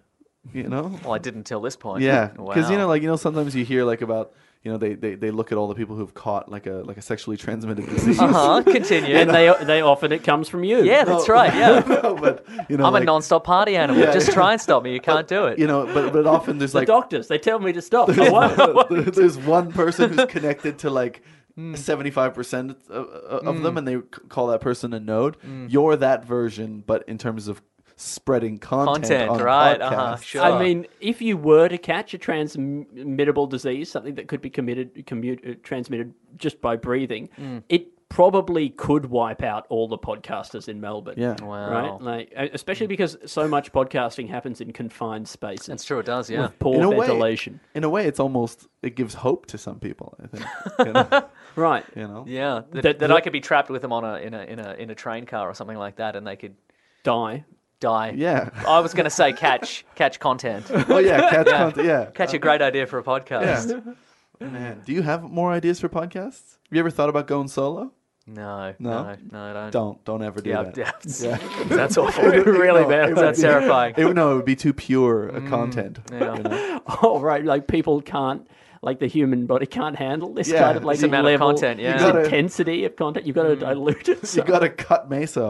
S4: You know,
S5: Well, I didn't until this point.
S4: Yeah, because you
S5: Wow.
S4: know, like you know, sometimes you hear like about you know they, they, they look at all the people who've caught like a like a sexually transmitted disease.
S5: Uh-huh, continue.
S3: and they they often it comes from you.
S5: yeah, that's right. Yeah.
S4: No, but you know,
S5: I'm a
S4: like,
S5: non-stop party animal.
S4: Yeah.
S5: Just try and stop me. You can't do it.
S4: You know, but but often there's
S3: the
S4: like
S3: doctors they tell me to stop. I won't.
S4: there's one person who's connected to like.
S5: Hmm.
S4: 75% of, uh, of them and they c- call that person a node
S5: Hmm.
S4: you're that version but in terms of spreading content,
S5: Content,
S4: on
S5: right,
S4: podcasts.
S5: uh-huh, sure.
S3: I mean, if you were to catch a transmittable disease, something that could be committed, commute, uh, transmitted just by breathing,
S4: Mm.
S3: it probably could wipe out all the podcasters in Melbourne.
S4: yeah Mm.
S5: Wow.
S3: Right, like uh, especially because so much podcasting happens in confined spaces.
S5: That's true. It does. Yeah.
S3: With poor
S4: in a
S3: ventilation.
S4: way in a way it's almost it gives hope to some people i think you know,
S3: Right.
S4: you know?
S5: Yeah. That,
S3: That-
S5: that I could be trapped with them on a in a in a in a train car or something like that, and they could
S3: Die.
S5: die.
S4: Yeah.
S5: I was going to say catch catch content.
S4: Oh yeah, catch content. Yeah.
S5: Catch a great idea for a podcast.
S4: Man, do you have more ideas for podcasts? Have you ever thought about going solo?
S5: No,
S4: No?
S5: no, no, don't.
S4: Don't don't ever do
S5: Yeah,
S4: that.
S5: yeah. That's awful. really
S4: No,
S5: bad.
S4: it would
S5: That's
S4: be-
S5: terrifying. Mm,
S4: It, would- no, it would be too pure a content.
S5: Yeah.
S3: Oh, right. Like people can't, like the human body can't handle this
S4: Yeah,
S3: kind of like
S4: this
S5: amount of
S3: level,
S5: content, yeah. Mm.
S3: this
S4: You gotta-
S3: intensity of content. You've got to dilute it.
S4: You gotta cut Meso.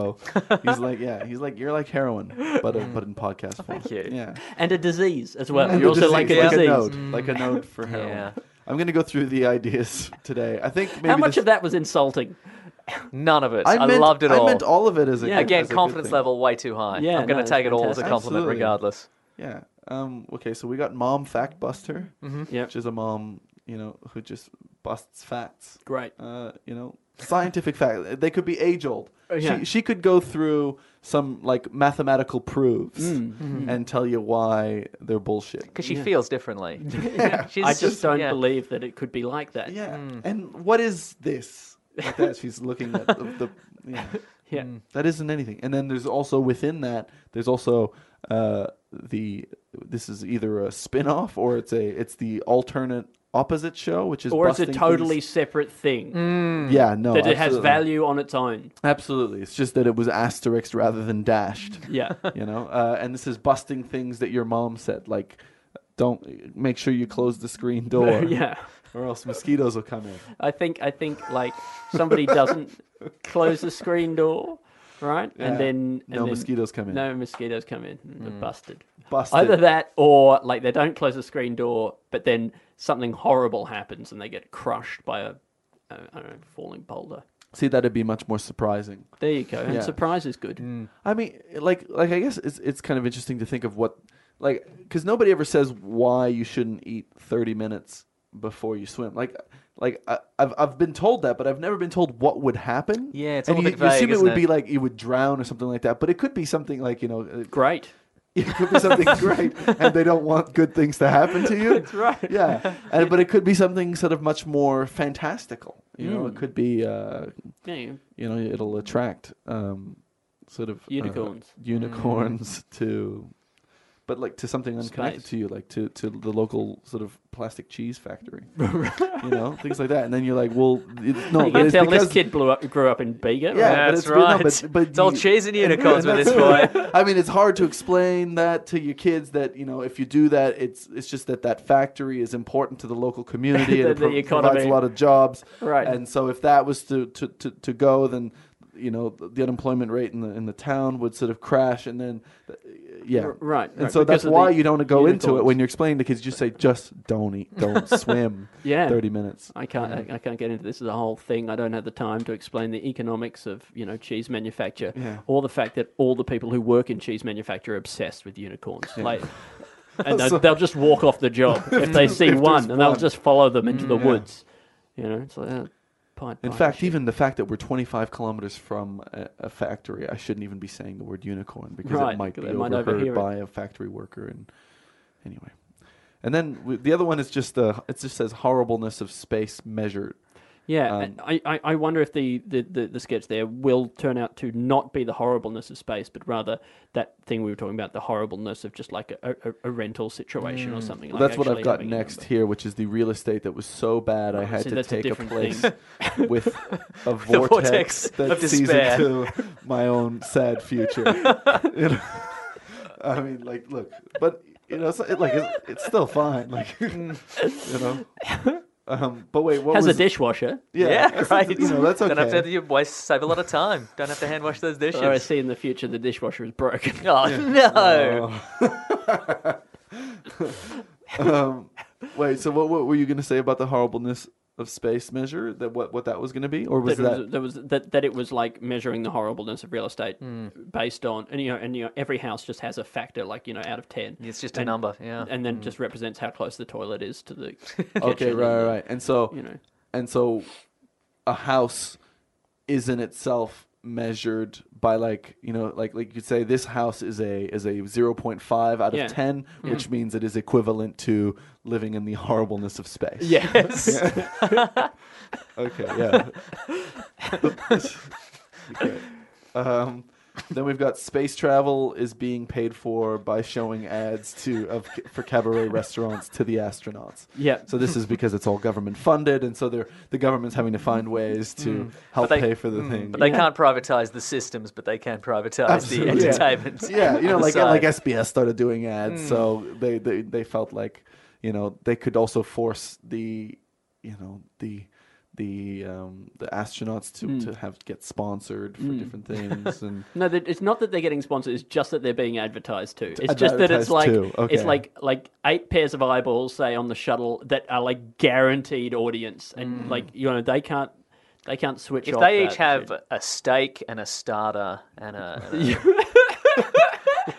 S4: He's like, yeah. He's like, you're like heroin, but but in podcast form.
S5: Mm. Oh, Thank you.
S4: Yeah.
S3: and a disease as well.
S4: And
S3: You're
S4: the
S3: also like a
S4: disease,
S3: disease.
S4: node, like a node for heroin.
S5: Mm. Yeah.
S4: I'm gonna go through the ideas today. I think maybe
S3: How much
S4: this-
S3: of that was insulting?
S5: None of it. I,
S4: I, meant,
S5: loved it
S4: I
S5: all.
S4: meant all of it as a
S3: Yeah.
S5: Again,
S4: as a good
S5: confidence
S4: thing.
S5: level way too high.
S3: Yeah,
S5: I'm going to
S3: no, it's
S5: take it all as a
S3: fantastic.
S5: compliment
S4: Absolutely.
S5: regardless.
S4: Yeah. Um, okay, so we got mom fact buster,
S5: Mm-hmm.
S3: Yep.
S4: which is a mom, you know, who just busts facts.
S3: Great.
S4: Uh, you know, scientific fact. They could be age old.
S3: Uh, yeah.
S4: She she could go through some like mathematical proofs
S3: Mm.
S4: and tell you why they're bullshit.
S5: Because she feels differently. She's
S3: I just don't
S5: yeah.
S3: believe that it could be like that.
S4: Yeah. And what is this? Like that she's looking at the, the yeah.
S3: Yeah.
S4: That isn't anything. And then there's also within that, there's also uh, the this is either a spin-off or it's a it's the alternate opposite show, which is
S3: Or it's a
S4: busting
S3: totally
S4: things-
S3: separate thing
S4: yeah
S3: Mm.
S4: no
S3: that it has
S4: absolutely.
S3: value on its own.
S4: Absolutely, it's just that it was asterisked rather than dashed.
S3: Yeah.
S4: you know, uh, and this is busting things that your mom said, like don't make sure you close the screen door,
S3: yeah.
S4: or else mosquitoes will come in.
S3: I think I think like somebody doesn't close the screen door, right?
S4: Yeah.
S3: And then and
S4: No
S3: then
S4: mosquitoes come in. Hmm.
S3: No mosquitoes come in. They're busted.
S4: Busted.
S3: Either that or like they don't close the screen door, but then something horrible happens and they get crushed by a I don't know falling boulder.
S4: See, that'd be much more surprising.
S3: There you go. And
S4: Yeah.
S3: surprise is good.
S4: I mean, like, like I guess it's it's kind of interesting to think of what, like, because nobody ever says why you shouldn't eat thirty minutes before you swim. Like, like I, I've I've been told that, but I've never been told what would happen.
S5: Yeah, it's
S4: and
S5: all a
S4: you,
S5: bit
S4: you assume
S5: vague,
S4: it would
S5: isn't
S4: be
S5: it?
S4: like you would drown or something like that, but it could be something like you know, it-
S3: Great.
S4: it could be something great, and they don't want good things to happen to you. That's
S3: right.
S4: Yeah, and, but it could be something sort of much more fantastical. You know,
S5: Hmm.
S4: it could be. Uh,
S3: Yeah, you-
S4: you know it'll attract um, sort of uh,
S3: Unicorns.
S4: unicorns to but like to something unconnected
S3: Space.
S4: to you like to, to the local sort of plastic cheese factory you know things like that and then you're like well it, no
S3: you
S4: but
S3: can
S4: it's
S3: tell
S4: because,
S3: this kid blew up, grew up in Bega. right?
S4: yeah, but
S5: That's
S4: it's, no,
S5: right.
S4: but, but
S5: It's all
S4: you-
S5: cheese and unicorns with
S4: and
S5: this
S4: that's-
S5: boy.
S4: I mean, it's hard to explain that to your kids that you know if you do that, it's it's just that that factory is important to the local community and
S3: The-
S4: it pro-
S3: the
S4: provides
S3: economy.
S4: a lot of jobs.
S3: Right.
S4: And so if that was to to, to, to go, then you know the the unemployment rate in the in the town would sort of crash, and then uh, yeah,
S3: right,
S4: And
S3: right,
S4: so
S3: because
S4: that's
S3: of
S4: why
S3: the
S4: you don't go into it
S3: unicorns.
S4: when you're explaining to kids. You just say just don't eat, don't swim.
S3: Yeah.
S4: thirty minutes.
S3: I can't. I, I can't get into this as a whole thing. I don't have the time to explain the economics of you know cheese manufacture,
S4: Yeah.
S3: or the fact that all the people who work in cheese manufacture are obsessed with unicorns. Like, and they'll, they'll just walk off the job if they see
S4: there's
S3: one, and they'll
S4: one. Mm,
S3: just follow them into the
S4: yeah.
S3: woods. You know, it's like uh, Pied
S4: In
S3: Piper
S4: fact,
S3: shit.
S4: even the fact that we're 25 kilometers from a, a factory, I shouldn't even be saying the word unicorn because
S3: Right,
S4: it might be
S3: because they might
S4: overheard
S3: overhear it.
S4: by a factory worker. And anyway, and then we, the other one is just the it just says horribleness of space measured. Um,
S3: yeah, and I, I, I wonder if the, the, the, the sketch there will turn out to not be the horribleness of space, but rather that thing we were talking about, the horribleness of just like a, a, a rental situation or something.
S4: Mm. Well,
S3: like
S4: that's what I've
S3: actually
S4: got
S3: having a
S4: next
S3: number.
S4: here, which is the real estate that was so bad I had
S3: see,
S4: to
S3: that's a
S4: take a,
S3: different
S4: place
S3: thing.
S4: with a
S5: vortex
S4: vortex, that
S5: of
S4: sees
S5: despair.
S4: into my own sad future. You know? I mean, like, look, but you know, it's, it, like it's, it's still fine, like you know. Um, but wait, what
S3: Has a
S4: was
S3: dishwasher.
S4: Yeah,
S5: Yeah,
S4: that's-
S5: right.
S4: You know, that's okay.
S5: Don't have to you waste, save a lot of time. Don't have to hand wash those dishes.
S3: Or I see in the future the dishwasher is broken.
S5: Oh no!
S4: Oh. um, wait, so what, what were you going to say about the horribleness of space measure? That what what that was going to be, or was
S3: that,
S4: that?
S3: it was, that was that, that it was like measuring the horribleness of real estate
S4: Mm.
S3: based on and you know and you know every house just has a factor like you know out of ten.
S5: It's just a
S3: And-
S5: number, yeah.
S3: And
S4: Mm.
S3: then just represents how close the toilet is to the kitchen and
S4: okay, right, right,
S3: the-
S4: right. And so
S3: You know.
S4: and so a house is in itself measured by like you know like like you could say this house is a is a 0.5 out of
S3: Yeah. Mm-hmm.
S4: 10 which means it is equivalent to living in the horribleness of space
S3: Yes.
S4: okay yeah Okay. um then we've got space travel is being paid for by showing ads to of for cabaret restaurants to the astronauts.
S3: Yeah.
S4: So this is because it's all government funded, and so they're the government's having to find ways to help
S5: they-
S4: pay for the thing.
S5: Mm. But they can't privatize the systems, but they can privatize
S4: Absolutely.
S5: the
S4: Yeah.
S5: entertainment.
S4: yeah, you know,
S5: on the
S4: like like
S5: side. Hmm.
S4: SBS started doing ads, so they, they they felt like you know they could also force the you know the the um, the astronauts to,
S5: Hmm.
S4: to have get sponsored for different things and
S3: No, that it's not that they're getting sponsored. It's just that they're being advertised to. It's just that it's
S4: Advertised
S3: like
S4: to, okay.
S3: it's like like eight pairs of eyeballs say on the shuttle that are like guaranteed audience, and like you know they can't they can't switch.
S5: Mm. If
S3: off
S5: they each
S3: that
S5: have
S3: shit.
S5: a steak and a starter and a. And a-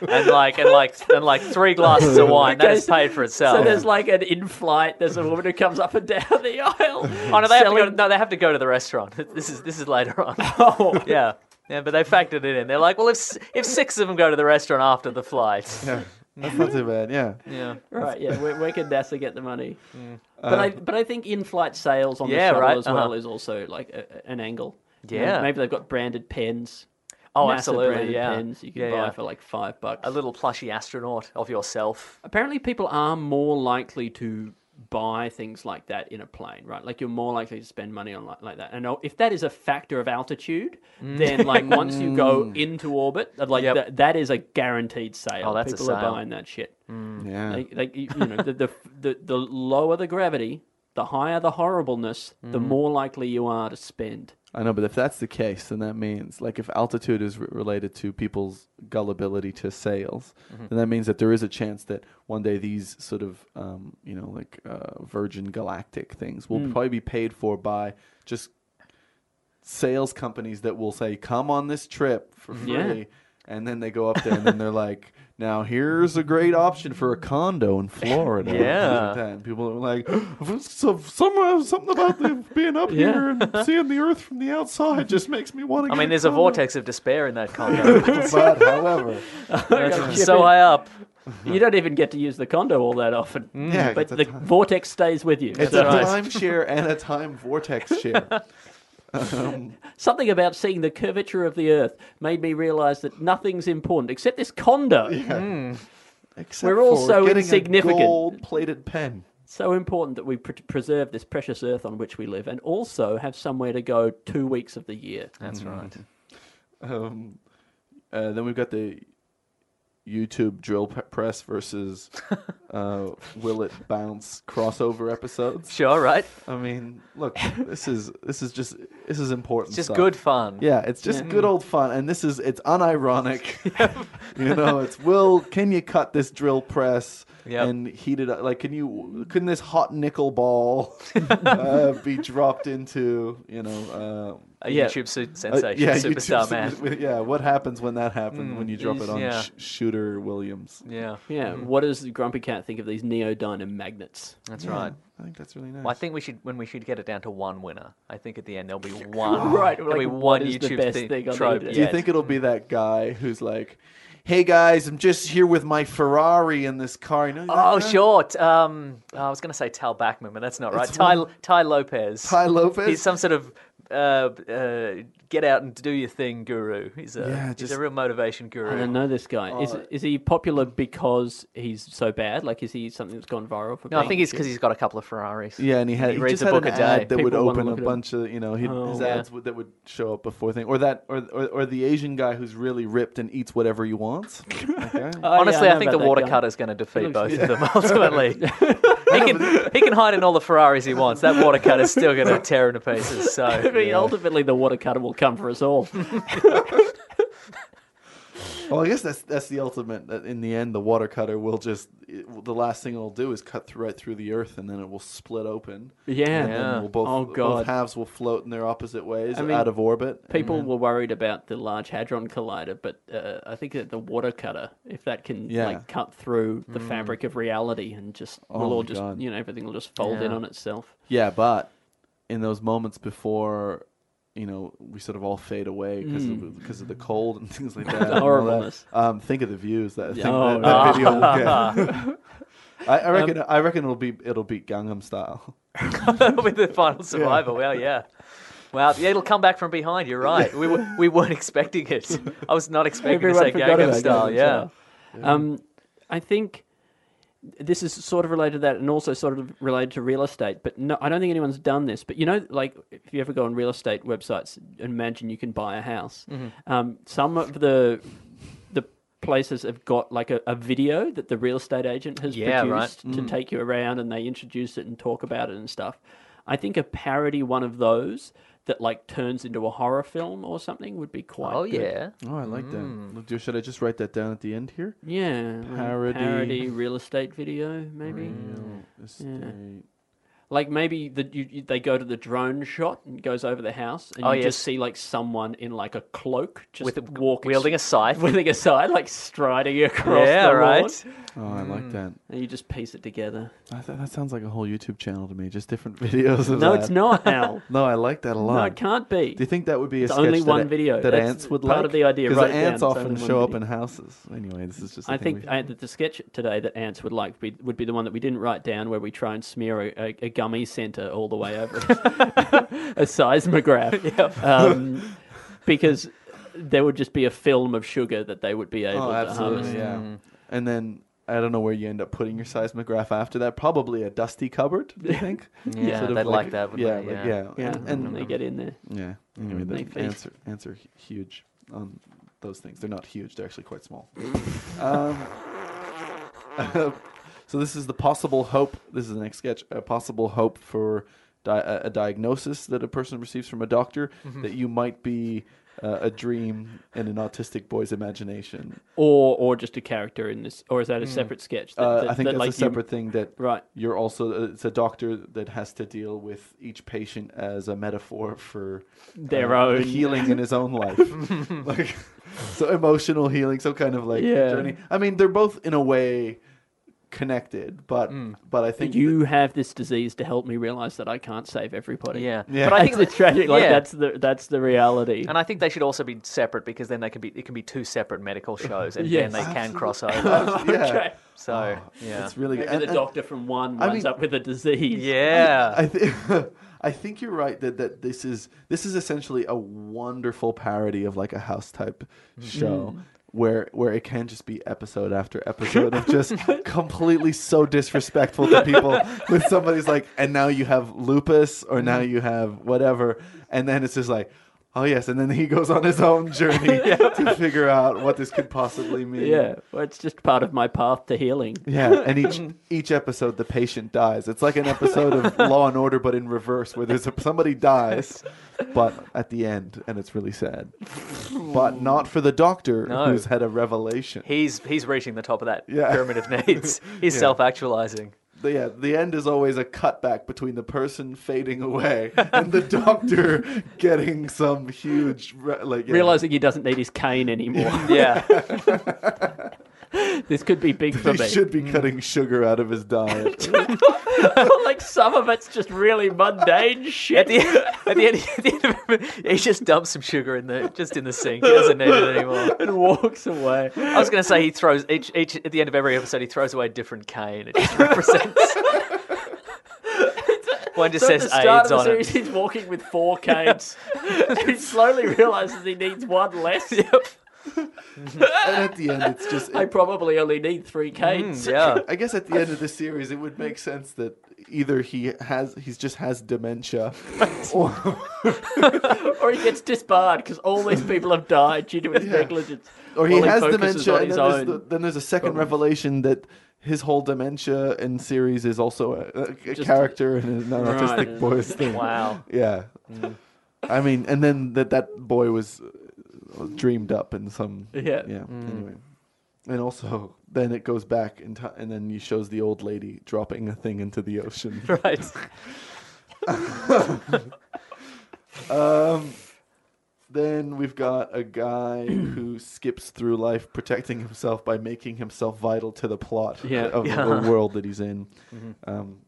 S5: And like and like and like three glasses of wine, that
S3: Okay,
S5: is paid for itself.
S3: So there's like an in-flight. There's a woman who comes up and down the aisle.
S5: oh no, they have to go.
S3: selling-
S5: To, no, they have to go to the restaurant. This is this is later on.
S3: Oh.
S5: yeah, yeah, but they factored it in. They're like, well, if s- if six of them go to the restaurant after the flight,
S4: that's not too bad. Yeah,
S5: yeah,
S3: Right, yeah, where, where can NASA get the money? But
S4: Uh,
S3: I but I think in-flight sales on
S5: Mm. Yeah,
S3: the shuttle
S5: right,
S3: as well
S5: uh-huh.
S3: is also like a, a- an angle. You know,
S5: Yeah.
S3: maybe they've got branded pens.
S5: Oh,
S3: NASA
S5: absolutely,
S3: branded
S5: yeah.
S3: pens you can
S5: Yeah,
S3: buy
S5: yeah.
S3: for like five bucks.
S5: a little plushy astronaut of yourself.
S3: Apparently, people are more likely to buy things like that in a plane, right? Like you're more likely to spend money on like, like that. And oh, if that is a factor of altitude, then like once you go into orbit, uh, like
S5: Mm. Yep.
S3: that that is a guaranteed sale.
S5: Oh, that's a
S3: people
S5: sale. Mm.
S3: are buying that shit.
S5: Hmm.
S4: yeah.
S3: Like, like you you know, the, the, the, the lower the gravity, the higher the horribleness, the
S5: Mm.
S3: more likely you are to spend.
S4: I know, but if that's the case, then that means like if altitude is re- related to people's gullibility to sales, then that means that there is a chance that one day these sort of um, you know like uh, Virgin Galactic things will probably be paid for by just sales companies that will say, "Come on this trip for free,"
S3: Yeah.
S4: and then they go up there and then they're like. Now here's a great option for a condo in Florida. and things
S5: Yeah.
S4: like that. And people are like, so, some, something about them being up
S3: Yeah.
S4: here and seeing the earth from the outside just makes me want to.
S5: I mean, there's a vortex of despair in that condo.
S4: But however,
S5: It's so high up.
S3: You don't even get to use the condo all that often.
S5: Mm.
S4: Yeah,
S3: but
S4: it's a
S3: the
S4: time-
S3: vortex stays with you.
S4: it's
S3: So-
S4: a timeshare and a time vortex share.
S3: Something about seeing the curvature of the Earth made me realise that nothing's important except this condo.
S4: Except
S3: We're all
S4: for
S3: so
S4: getting
S3: insignificant.
S4: A gold-plated pen.
S3: So important that we pr- preserve this precious Earth on which we live, and also have somewhere to go two weeks of the year.
S5: That's
S4: Mm-hmm.
S5: right.
S4: Um, uh, then we've got the YouTube drill pe- press versus uh, will it bounce crossover episodes.
S5: Sure, right?
S4: I mean, look, this is this is just this is important.
S5: Just
S4: stuff.
S5: good fun.
S4: Yeah, it's just good old fun, and this is it's unironic. you know, it's will can you cut this drill press
S5: Yep.
S4: and heat it up? Like, can you can this hot nickel ball uh, be dropped into you know uh,
S5: A
S4: yeah.
S5: YouTube su-
S4: uh,
S5: sensation, superstar
S4: YouTube-
S5: man.
S4: Yeah, what happens when that happens when you drop
S5: you-
S4: it on
S5: Mm, yeah.
S4: Sh- Shooter Williams?
S5: Yeah,
S3: Yeah,
S4: Mm-hmm.
S3: what does the Grumpy Cat think of these neodyne magnets?
S5: that's right.
S4: I think that's really nice.
S5: Well, I think we should when we should get it down to one winner. I think at the end there'll be one.
S3: Right,
S5: there'll
S3: like,
S5: be
S3: what
S5: one
S3: is the
S5: YouTube
S3: best
S5: thing,
S3: thing on the
S5: trope.
S3: internet?
S4: Do you
S5: yet.
S4: think it'll be that guy who's like, "Hey guys, I'm just here with my Ferrari in this car." You know, that
S5: Oh,
S4: guy?
S5: sure. T- Um, oh, I was going to say Tal Bachman, but that's not right. Ty, Ty Lopez.
S4: Ty Lopez?
S5: He's some sort of uh, uh, get out and do your thing guru. He's a,
S4: Yeah,
S5: he's
S4: just-
S5: a real motivation guru.
S3: I don't know this guy. is
S4: Oh.
S3: is he popular because he's so bad? Like, is he something that's gone viral for?
S5: No, I
S3: being
S5: think it's because
S3: shit?
S5: he's got a couple of Ferraris.
S4: Yeah, and he had
S5: he
S4: he,
S5: reads
S4: just
S5: a
S4: had
S5: book
S4: an
S5: a day.
S4: ad that would
S3: People wanna
S4: open a
S3: look at him.
S4: bunch of you know he'd, his
S3: Oh. yeah.
S4: ads would, that would show up before thing or that or, or or the Asian guy who's really ripped and eats whatever he wants. Okay.
S3: Oh, yeah,
S5: Honestly, I
S3: know
S5: think the
S3: about that
S5: water
S3: guy.
S5: cutter's going to defeat both of them ultimately. he can he can hide in all the Ferraris he wants. That water cutter's still going to tear him to pieces.
S3: I
S5: So
S3: mean, ultimately, the water cutter will come for us all.
S4: well, I guess that's that's the ultimate. That in the end, the water cutter will just it, the last thing it'll do is cut through right through the earth, and then it will split open.
S3: Yeah.
S4: and then we'll both,
S3: Oh, God.
S4: both halves will float in their opposite ways
S3: I mean,
S4: out of orbit.
S3: People were worried about the Large Hadron Collider, but uh, I think that the water cutter, if that can
S4: Yeah. Mm. Oh
S3: like cut through the fabric of reality and just, we'll
S4: my
S3: all just,
S4: God.
S3: you know, everything will just fold in
S5: Yeah.
S3: on itself.
S4: Yeah, but in those moments before, you know, we sort of all fade away because of, because of the cold and things like that. and all that,
S3: Hmm. horribleness.
S4: Um, think of the views that, think
S3: Oh, Um,
S4: that, that video will get. I, I reckon. I reckon it'll be it'll beat Gangnam Style.
S5: that'll be the final survivor. Well, yeah. Wow, yeah, it'll come back from behind. You're right. We, were, we weren't expecting it. I was not expecting
S3: Everyone
S5: to say
S3: forgot
S5: Gangnam
S3: about
S5: Style.
S3: Gangnam
S5: Yeah.
S3: Style. Um, I think this is sort of related to that and also sort of related to real estate, but no, I don't think anyone's done this. But you know, like if you ever go on real estate websites and imagine you can buy a house,
S5: Mm-hmm.
S3: um, some of the the places have got like a, a video that the real estate agent has
S5: Yeah, right. Mm.
S3: produced to take you around and they introduce it and talk about it and stuff. I think a parody one of those that like turns into a horror film or something would be quite
S5: Oh
S3: good.
S5: yeah.
S4: Oh, I like
S3: Hmm.
S4: that. Do- Should I just write that down at the end here?
S3: Yeah, like
S4: Parody.
S3: parody real estate video, maybe.
S4: Estate.
S3: Like maybe the, you, you, they go to the drone shot and it goes over the house, and
S5: Oh,
S3: you
S5: yes.
S3: just see like someone in like a cloak just
S5: With a,
S3: walking,
S5: wielding a scythe.
S3: wielding a side, like striding across
S5: yeah,
S3: the lawn,
S5: right.
S4: Oh, I
S3: Hmm.
S4: like that.
S3: and you just piece it together.
S4: I th- that sounds like a whole YouTube channel to me. Just different videos. Of
S3: No,
S4: that.
S3: it's not Al.
S4: No, I like that a lot.
S3: no, it can't be.
S4: Do you think that would be a
S3: It's
S4: sketch
S3: only
S4: that
S3: one
S4: a-
S3: video.
S4: that
S3: That's
S4: ants would
S3: part
S4: like?
S3: of the idea.
S4: Because
S3: Write it down.
S4: ants
S3: It's only
S4: often
S3: one
S4: show up
S3: video.
S4: in houses. Anyway, this is just. a
S3: I
S4: thing
S3: think
S4: we-
S3: I, that the sketch today that ants would like be, would be the one that we didn't write down, where we try and smear a, a, a gummy center all the way over a seismograph, um, because there would just be a film of sugar that they would be able
S4: Oh,
S3: to harvest.
S4: absolutely, yeah. And then I don't know where you end up putting your seismograph after that. Probably a dusty cupboard. Do you think?
S5: Yeah,
S4: Sort of
S5: they'd like that, wouldn't
S4: yeah,
S5: they?
S4: like-
S5: Yeah.
S4: yeah,
S3: Yeah,
S4: And,
S3: and
S4: and
S3: they get in there.
S4: yeah. Anyway,
S3: They
S4: the
S3: feed.
S4: ants are, ants are huge on those things. They're not huge. They're actually quite small. um, so this is the possible hope. This is the next sketch. A possible hope for di- a a diagnosis that a person receives from a doctor that you might be uh, a dream in an autistic boy's imagination.
S3: Or or just a character in this, or is that a separate sketch? That,
S4: Uh,
S3: that-
S4: I think
S3: that,
S4: that's
S3: like, you-
S4: a separate thing. That
S3: Right.
S4: You're also it's a doctor that has to deal with each patient as a metaphor for uh,
S3: Their
S4: the
S3: own.
S4: healing in his own life, like so emotional healing, some kind of like
S3: Yeah.
S4: journey. I mean, they're both in a way connected, but but I think
S3: Mm. You have this disease to help me realize that I can't save everybody.
S5: Yeah.
S4: Yeah.
S5: But I think
S3: It's
S5: that-
S3: tragic. Like
S5: yeah.
S3: that's the that's the reality.
S5: And I think they should also be separate because then they can be it can be two separate medical shows and
S3: Yes. Oh,
S5: then they can cross over.
S4: yeah,
S3: okay.
S5: so yeah.
S4: it's really good.
S3: Maybe
S4: And-
S3: the
S4: and-
S3: doctor from one
S4: I
S3: winds
S4: mean-
S3: up with a disease.
S5: Yeah.
S4: I think I think you're right that, that this is this is essentially a wonderful parody of like a house type show where where it can just be episode after episode of just completely so disrespectful to people with somebody's like and now you have lupus or now you have whatever and then it's just like oh yes and then he goes on his own journey to figure out what this could possibly mean
S3: Yeah. Well, it's just part of my path to healing.
S4: yeah, and each each episode the patient dies. It's like an episode of Law and Order, but in reverse, where there's a, somebody dies, but at the end, and it's really sad. But not for the doctor
S5: No.
S4: who's had a revelation.
S5: He's he's reaching the top of that
S4: Yeah.
S5: pyramid of needs. He's
S4: Yeah.
S5: self actualizing.
S4: The- yeah, the end is always a cutback between the person fading away and the doctor getting some huge re- like yeah.
S3: Realizing he doesn't need his cane anymore.
S5: Yeah.
S3: this could be big for
S4: He
S3: me.
S4: should be cutting sugar out of his diet.
S3: like some of it's just really mundane
S5: at
S3: shit.
S5: the at the end, at the end of it, he just dumps some sugar in the just in the sink. He doesn't need it anymore.
S3: and walks away.
S5: I was going to say he throws each each at the end of every episode he throws away a different cane. It just represents. One just
S3: At
S5: says
S3: the start
S5: AIDS
S3: of the
S5: on
S3: series,
S5: it.
S3: he's walking with four canes. he slowly realizes he needs one less.
S4: and at the end, it's just
S3: I
S4: it-
S3: probably only need three canes.
S5: Mm, Yeah.
S4: I guess at the end of the series, it would make sense that either he has he's just has dementia, or,
S3: or he gets disbarred because all these people have died due to his negligence.
S4: or he
S3: All
S4: has
S3: focuses
S4: dementia,
S3: on
S4: and
S3: his
S4: then there's,
S3: own.
S4: the, then there's a second revelation that his whole dementia and series is also a, a- a character and a non-autistic
S3: Right. Mm.
S4: boy's thing.
S5: Wow.
S4: Yeah, I mean, and then that that boy was uh, dreamed up in some
S3: Yeah. Mm.
S4: yeah. Anyway. And also, then it goes back in time, and then he shows the old lady dropping a thing into the ocean.
S5: Right.
S4: Um, Then we've got a guy who skips through life protecting himself by making himself vital to the plot
S3: Yeah. Mm-hmm.
S4: of the world that he's in. Um,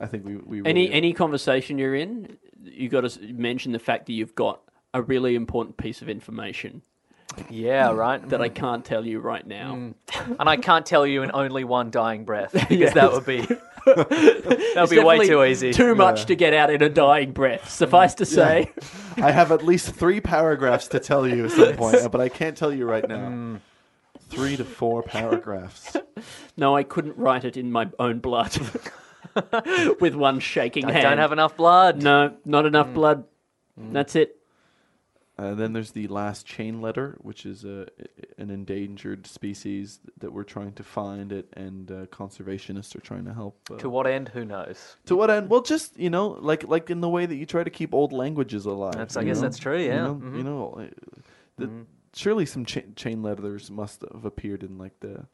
S4: I think we, we
S3: Any
S4: really-
S3: any conversation you're in, you got to mention the fact that you've got a really important piece of information.
S5: Yeah, Oh, right. Mm.
S3: that I can't tell you right now.
S4: Mm.
S5: and I can't tell you in only one dying breath because that would be that would
S3: It's
S5: be way
S3: definitely
S5: too easy.
S3: Too much to get out in a dying breath. Suffice to say,
S4: I have at least three paragraphs to tell you at some point, but I can't tell you right
S3: Mm.
S4: now. Three to four paragraphs.
S3: no, I couldn't write it in my own blood with one shaking
S5: I
S3: hand.
S5: don't have Mm. enough blood.
S3: No, not enough blood.
S4: Mm.
S3: That's it.
S4: Uh, then there's the last chain letter, which is a, an endangered species that we're trying to find it, and uh, conservationists are trying to help. Uh,
S5: To what end? Who knows?
S4: to what end? Well, just you know, like like in the way that you try to keep old languages alive.
S5: That's- I
S4: you
S5: guess
S4: know?
S5: that's true,
S4: You
S5: yeah. Mm-hmm.
S4: know, you know, uh, the, surely some cha- chain letters must have appeared in like the.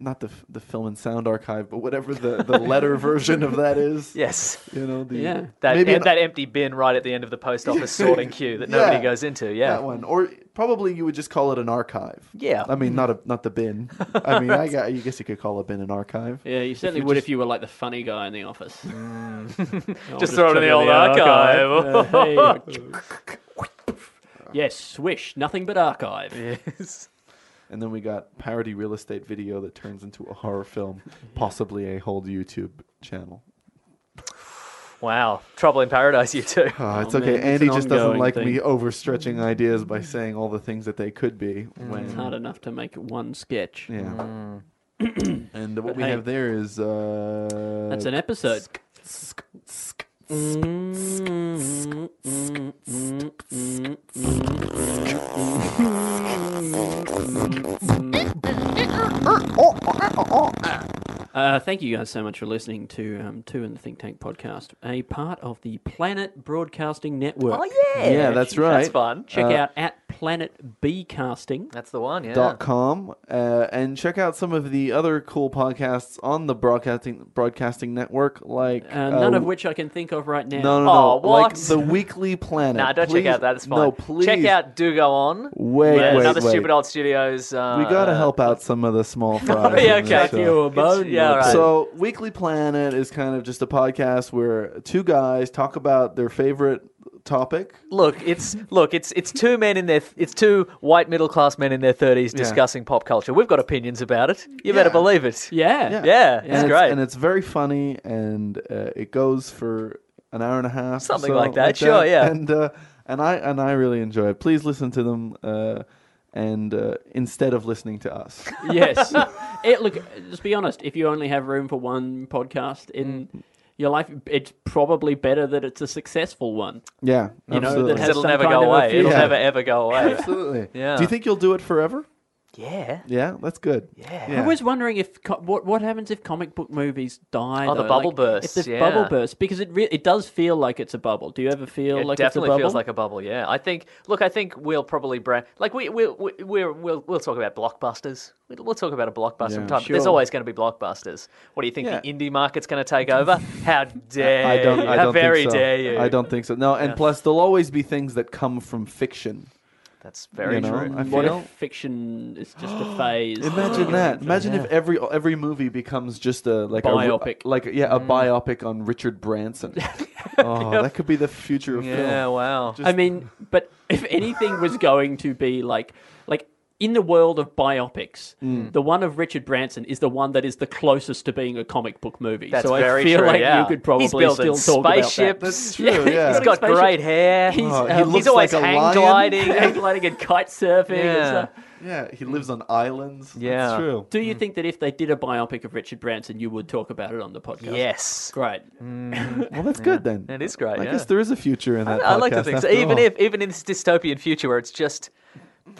S4: Not the f- the film and sound archive, but whatever the, the letter version of that is.
S5: Yes.
S4: you know the
S3: Yeah.
S5: That
S4: maybe
S5: em-
S4: an-
S5: that empty bin right at the end of the post office sorting queue that
S4: Yeah.
S5: nobody goes into. Yeah.
S4: that one, or probably you would just call it an archive.
S5: Yeah.
S4: I mean not a not the bin. I mean, I, got, I guess you could call a bin an archive.
S3: Yeah, you certainly would if you were like the funny guy in the office. I'll
S5: Mm. Just throw it in the
S3: chuck
S5: old archive.
S3: archive. Uh, hey. yes, swish, nothing but archive.
S5: Yes.
S4: And then we got parody real estate video that turns into a horror film, possibly a whole YouTube channel.
S5: Wow. Trouble in paradise, you two.
S4: Ah, it's
S3: Oh,
S4: okay.
S3: man, it's
S4: Andy
S3: an
S4: just doesn't
S3: ongoing
S4: like
S3: thing.
S4: me overstretching
S5: Mm.
S4: ideas by saying all the things that they could be. When
S3: It's hard enough to make one sketch.
S4: yeah.
S5: Mm.
S4: and what we
S3: hey.
S4: have there is uh,
S3: That's an episode. Uh, thank you guys so much for listening to um, Two and the Think Tank podcast, a part of the Planet Broadcasting Network.
S5: yeah.
S4: Oh, Yeah, that's right. Uh,
S5: That's fun.
S3: Check out at Planet B Casting. uh,
S5: That's the one. Yeah.
S4: dot com uh, and check out some of the other cool podcasts on the broadcasting broadcasting network like
S3: Uh, none
S4: uh,
S3: of which I can think of right now.
S4: no no no
S5: Oh,
S4: like
S5: what?
S4: the weekly planet
S5: Nah, don't
S4: Please-
S5: check out that. It's fine.
S4: no please
S5: Check out Do Go On.
S4: Wait,
S5: Yeah,
S4: wait,
S5: another
S4: wait.
S5: Stupid Old Studios. Uh, Oh,
S4: we gotta help out some of the small fries
S5: yeah,
S4: in this
S5: okay.
S4: show.
S3: you a bone.
S5: yeah, all right.
S4: So, Weekly Planet is kind of just a podcast where two guys talk about their favorite topic.
S5: Look, it's look, it's it's two men in their it's two white middle class men in their thirties discussing pop culture. We've got opinions about it. You better
S4: Yeah.
S5: believe it.
S3: Yeah.
S5: yeah, yeah
S4: and
S5: it's great.
S4: and it's very funny, and uh, it goes for an hour and a half, or
S5: Something
S4: so,
S5: like that, sure, yeah.
S4: And uh, and I and I really enjoy it. Please listen to them, uh, and uh, instead of listening to us,
S3: yes. It, look, just be honest. If you only have room for one podcast in
S4: Mm.
S3: your life, it's probably better that it's a successful one.
S4: yeah,
S3: You know,
S4: absolutely.
S3: that
S5: Because
S3: has
S5: it'll
S3: some
S5: never
S3: kind
S5: go
S3: of a
S5: away. It'll
S4: future.
S5: never ever go away.
S4: absolutely.
S5: Yeah.
S4: Do you think you'll do it forever?
S5: yeah.
S4: Yeah, that's good. Yeah.
S3: I was wondering if co- what what happens if comic book movies die?
S5: Oh, the
S3: though?
S5: bubble
S3: Like,
S5: bursts,
S3: If the
S5: yeah.
S3: bubble bursts, because it re- it does feel like it's a bubble. Do you ever feel
S5: It
S3: like
S5: definitely
S3: it's a bubble?
S5: feels like a bubble, yeah. I think. Look, I think we'll probably brand like we we we we're, we'll we'll talk about blockbusters. We'll, we'll talk about a blockbuster
S4: Yeah.
S5: from time. There's
S3: Sure.
S5: always going to be blockbusters. What do you think the
S4: Yeah.
S5: indie market's going to take over? How dare
S4: I don't.
S5: you?
S4: I
S5: How
S4: don't
S5: very
S4: think so.
S5: dare you?
S4: I don't think so. No, and plus there'll always be things that come from fiction.
S5: That's very
S4: You know,
S5: true.
S4: I
S3: what
S4: feel-
S3: if fiction is just a phase?
S4: Imagine that. Imagine if every every movie becomes just a like
S3: Biopic.
S4: a like yeah, a
S5: Mm.
S4: biopic on Richard Branson. oh, that could be the future of
S5: Yeah,
S4: film.
S5: wow.
S3: I mean, but if anything was going to be like like in the world of biopics, the one of Richard Branson is the one that is the closest to being a comic book movie.
S5: That's
S3: so
S5: very
S3: I feel
S5: true,
S3: like
S5: yeah.
S3: you could probably
S5: He's building
S3: still talk
S5: spaceships.
S3: about
S4: That's true. Yeah,
S5: He's got
S3: Spaceship.
S5: great hair. He's,
S4: Oh, he
S5: um, he's
S4: looks
S5: always
S4: like a
S5: hang
S4: lion.
S5: gliding.
S3: that. Hang gliding and kite surfing and
S5: Yeah.
S3: stuff.
S4: yeah. He lives on islands.
S5: Yeah.
S4: that's true.
S3: Do you think that if they did a biopic of Richard Branson, you would talk about it on the podcast?
S5: yes.
S3: Great.
S4: Well, that's good then.
S5: It is great,
S4: I
S5: yeah.
S4: guess there is a future in that.
S5: I like to
S4: podcast
S5: think so.
S4: after
S5: Even
S4: all.
S5: if even in this dystopian future where it's just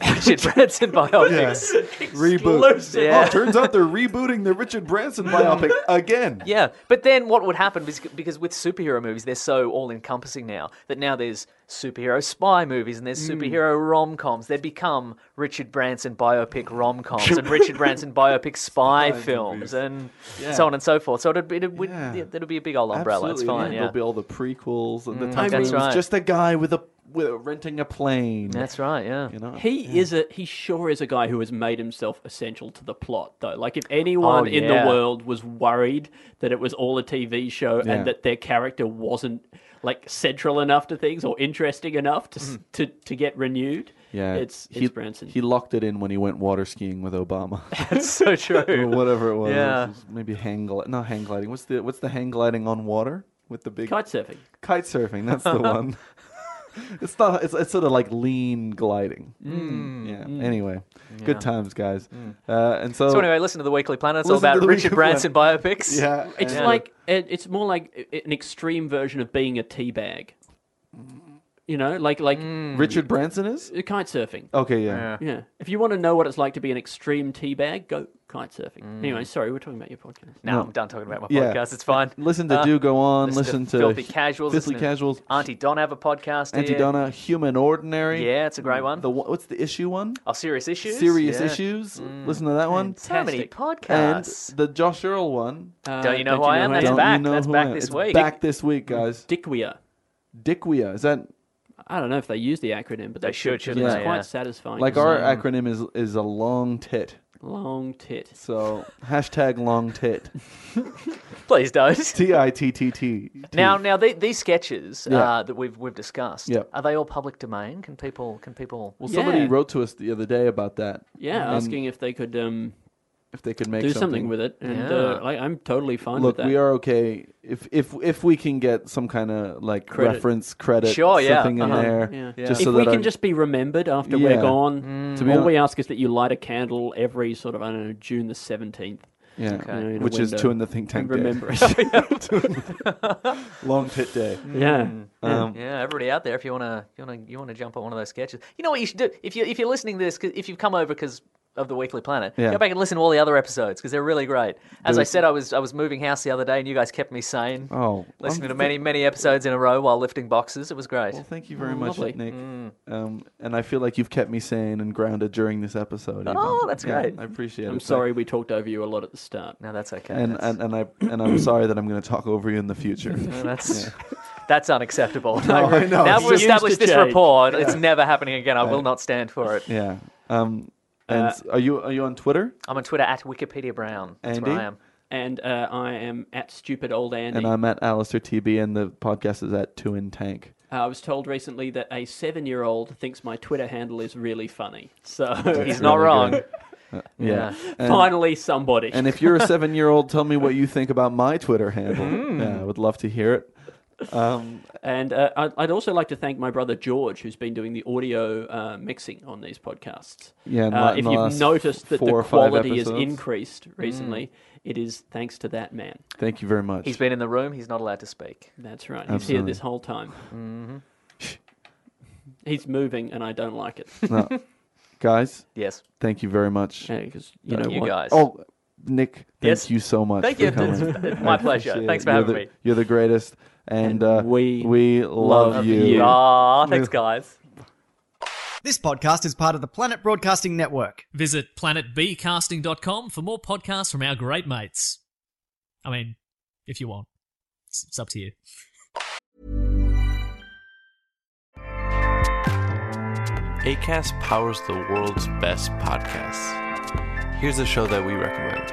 S5: Richard Branson biopics.
S4: Yeah. reboot.
S5: Exclusive. Yeah.
S4: Oh, turns out they're rebooting the Richard Branson biopic again.
S5: Yeah, but then what would happen is because with superhero movies they're so all encompassing now that now there's superhero spy movies and there's
S4: Hmm.
S5: superhero rom coms. They'd become Richard Branson biopic rom coms and Richard Branson biopic spy films and so on and so forth. So it'd be it'd,
S4: Yeah.
S5: yeah. it'd be a big old umbrella.
S4: Absolutely,
S5: it's fine. Yeah, Mm.
S4: There'll be all the prequels and the time
S5: That's
S4: when it was
S5: right.
S4: just a guy with a with renting a plane.
S5: that's right. Yeah.
S4: you know.
S3: He is a he sure is a guy who has made himself essential to the plot though. Like if anyone
S5: Oh,
S3: in the
S5: yeah.
S3: world was worried that it was all a TV show
S4: Yeah.
S3: and that their character wasn't like central enough to things or interesting enough to s to, to get renewed.
S4: Mm-hmm. Yeah,
S3: it's it's
S4: he,
S3: Branson.
S4: He locked it in when he went water skiing with Obama,
S5: That's so
S4: or
S5: true.
S4: whatever it was.
S5: Yeah.
S4: It was maybe hang gliding. Not hang gliding. What's the what's the hang gliding on water with the big
S3: Kite surfing.
S4: Kite surfing. That's the one. it's not. It's, it's sort of like lean gliding.
S5: Mm.
S4: Yeah. Anyway, good times, guys. Uh, and so,
S5: So anyway, listen to the Weekly Planet. It's all
S4: Listen to
S5: about
S4: the
S5: Richard
S4: Weekly
S5: Branson biopics.
S4: yeah,
S3: It's
S4: and-
S3: like it, it's more like i- an extreme version of being a teabag. You know, like like
S4: Richard Branson is.
S3: uh, kite surfing.
S5: Mm.
S4: Okay. Yeah.
S3: Yeah. If you want to know what it's like to be an extreme teabag, go kite surfing.
S4: Mm.
S3: Anyway, sorry, we're talking about your podcast.
S5: Now I'm done talking about my
S4: Yeah.
S5: podcast. It's fine.
S4: Listen to Do Go On. Listen, to,
S5: Uh, Filthy Casuals.
S4: Filthy
S5: listen to
S4: Casuals.
S5: Auntie Don have a podcast.
S4: Auntie Mm.
S5: here.
S4: Donna. Human Ordinary.
S5: Yeah, it's a great one.
S4: The one- what's the issue one?
S5: oh, serious issues.
S4: Serious
S5: Yeah. Mm.
S4: issues. Listen to that one.
S5: So many
S3: Fantastic.
S4: And
S5: podcasts.
S4: the Josh Earl one.
S3: Uh,
S5: Don't You Know Who I Am? That's
S4: Don't
S5: back.
S4: you know
S5: That's
S4: who
S5: back
S4: I am.
S5: this
S4: It's
S5: week.
S4: Back this week, guys.
S3: Dickwia.
S4: Dickwia. Is that
S3: I don't know if they use the acronym, but
S5: They
S3: they
S5: should,
S3: should. 'cause
S5: shouldn't
S3: It's
S5: they?
S3: quite
S5: Yeah.
S3: satisfying.
S4: like our
S5: Mm.
S4: acronym is is a long tit.
S3: long tit.
S4: So hashtag long tit.
S5: Please don't.
S4: T I T T T.
S5: Now, now the, these sketches
S4: Yeah.
S5: uh, that we've we've discussed
S4: Yeah.
S5: are they all public domain? Can people can people?
S4: Well, somebody
S3: Yeah.
S4: wrote to us the other day about that.
S3: Yeah,
S4: And
S3: asking if they could um,
S4: if they could make
S3: do something. with it, and uh,
S5: Yeah.
S3: like, I'm totally fine
S4: Look,
S3: with that.
S4: we are okay if if if we can get some kind of like
S3: Credit.
S4: reference credit,
S5: Sure, yeah,
S4: something
S5: uh-huh,
S4: in there,
S3: yeah.
S4: just
S3: if
S4: so
S3: we
S4: that
S3: can
S4: our-
S3: just be remembered after
S4: Yeah.
S3: we're gone,
S5: Mm.
S4: To be
S3: all
S4: hon-
S3: we ask is that you light a candle every sort of I don't know June the seventeenth.
S4: yeah,
S3: you know, in a
S4: which is
S3: window.
S4: two in the think tank.
S3: And
S4: day.
S3: remember it.
S4: long tit day.
S5: Mm.
S3: yeah.
S4: Um,
S5: Yeah, everybody out there, if you wanna you wanna you wanna jump on one of those sketches, you know what you should do if you if you're listening to this 'cause if you've come over because of the Weekly Planet,
S4: Yeah.
S5: go back and listen to all the other episodes because they're really great. As I
S4: There's-
S5: said, I was I was moving house the other day, and you guys kept me sane.
S4: Oh,
S5: listening to
S4: I'm-
S5: many many episodes in a row while lifting boxes, it was great.
S4: Well, thank you very much,
S3: Mm, lovely.
S4: Nick. Um, and I feel like you've kept me sane and grounded during this episode.
S5: Oh, that's
S4: Yeah,
S5: great.
S4: I appreciate it.
S3: I'm
S4: Thank-
S3: sorry we talked over you a lot at the start.
S5: No, that's okay.
S4: And,
S5: that's,
S4: and and I and I'm sorry that I'm going to talk over you in the future.
S5: no, that's that's unacceptable.
S4: I know.
S5: Now
S4: It's
S5: we've
S3: used
S5: established
S3: to
S5: this
S3: change.
S5: rapport. It's never happening again. I will not stand for it.
S4: yeah. Um. And
S3: Uh,
S4: s- are you are you on Twitter?
S5: I'm on Twitter at Wikipedia Brown. That's where
S4: Andy?
S5: I am.
S3: And uh, I am at stupid old Andy.
S4: And I'm at Alistair TB, and the podcast is at Two in Tank.
S3: I was told recently that a seven-year-old thinks my Twitter handle is really funny. So
S5: He's not
S4: really
S5: wrong.
S4: good. Uh, Yeah. And,
S3: finally somebody.
S4: and if you're a seven year old, tell me what you think about my Twitter handle.
S5: Mm.
S4: Yeah, I would love to hear it. Um,
S3: And uh, I'd, I'd also like to thank my brother George, who's been doing the audio uh, mixing on these podcasts.
S4: Yeah, in
S3: Uh,
S4: la- in
S3: if
S4: the
S3: you've
S4: last
S3: noticed that
S4: four
S3: the
S4: or five
S3: quality has
S4: episodes. Mm.
S3: increased recently, it is thanks to that man.
S4: thank you very much.
S5: He's been in the room. He's not allowed to speak.
S3: That's right. He's here this whole time. Mm-hmm. He's moving, and I don't like it
S4: No. guys,
S5: Yes.
S4: thank you very much.
S3: because you know
S5: you
S3: what?
S5: guys.
S4: Oh, Nick, thank
S5: Yes.
S4: you so much.
S5: Thank
S4: for
S5: you.
S4: coming.
S5: My
S4: I
S5: pleasure.
S4: appreciate it.
S5: Thanks for
S4: You're
S5: having
S4: the-
S5: me.
S4: You're the greatest,
S3: And
S4: and, uh,
S3: we
S4: we love,
S3: love
S4: you.
S3: you.
S5: Ah, thanks, guys.
S1: This podcast is part of the Planet Broadcasting Network.
S2: Visit planetbcasting.com for more podcasts from our great mates. I mean, if you want, it's, it's up to you.
S7: ACAST powers the world's best podcasts. Here's a show that we recommend.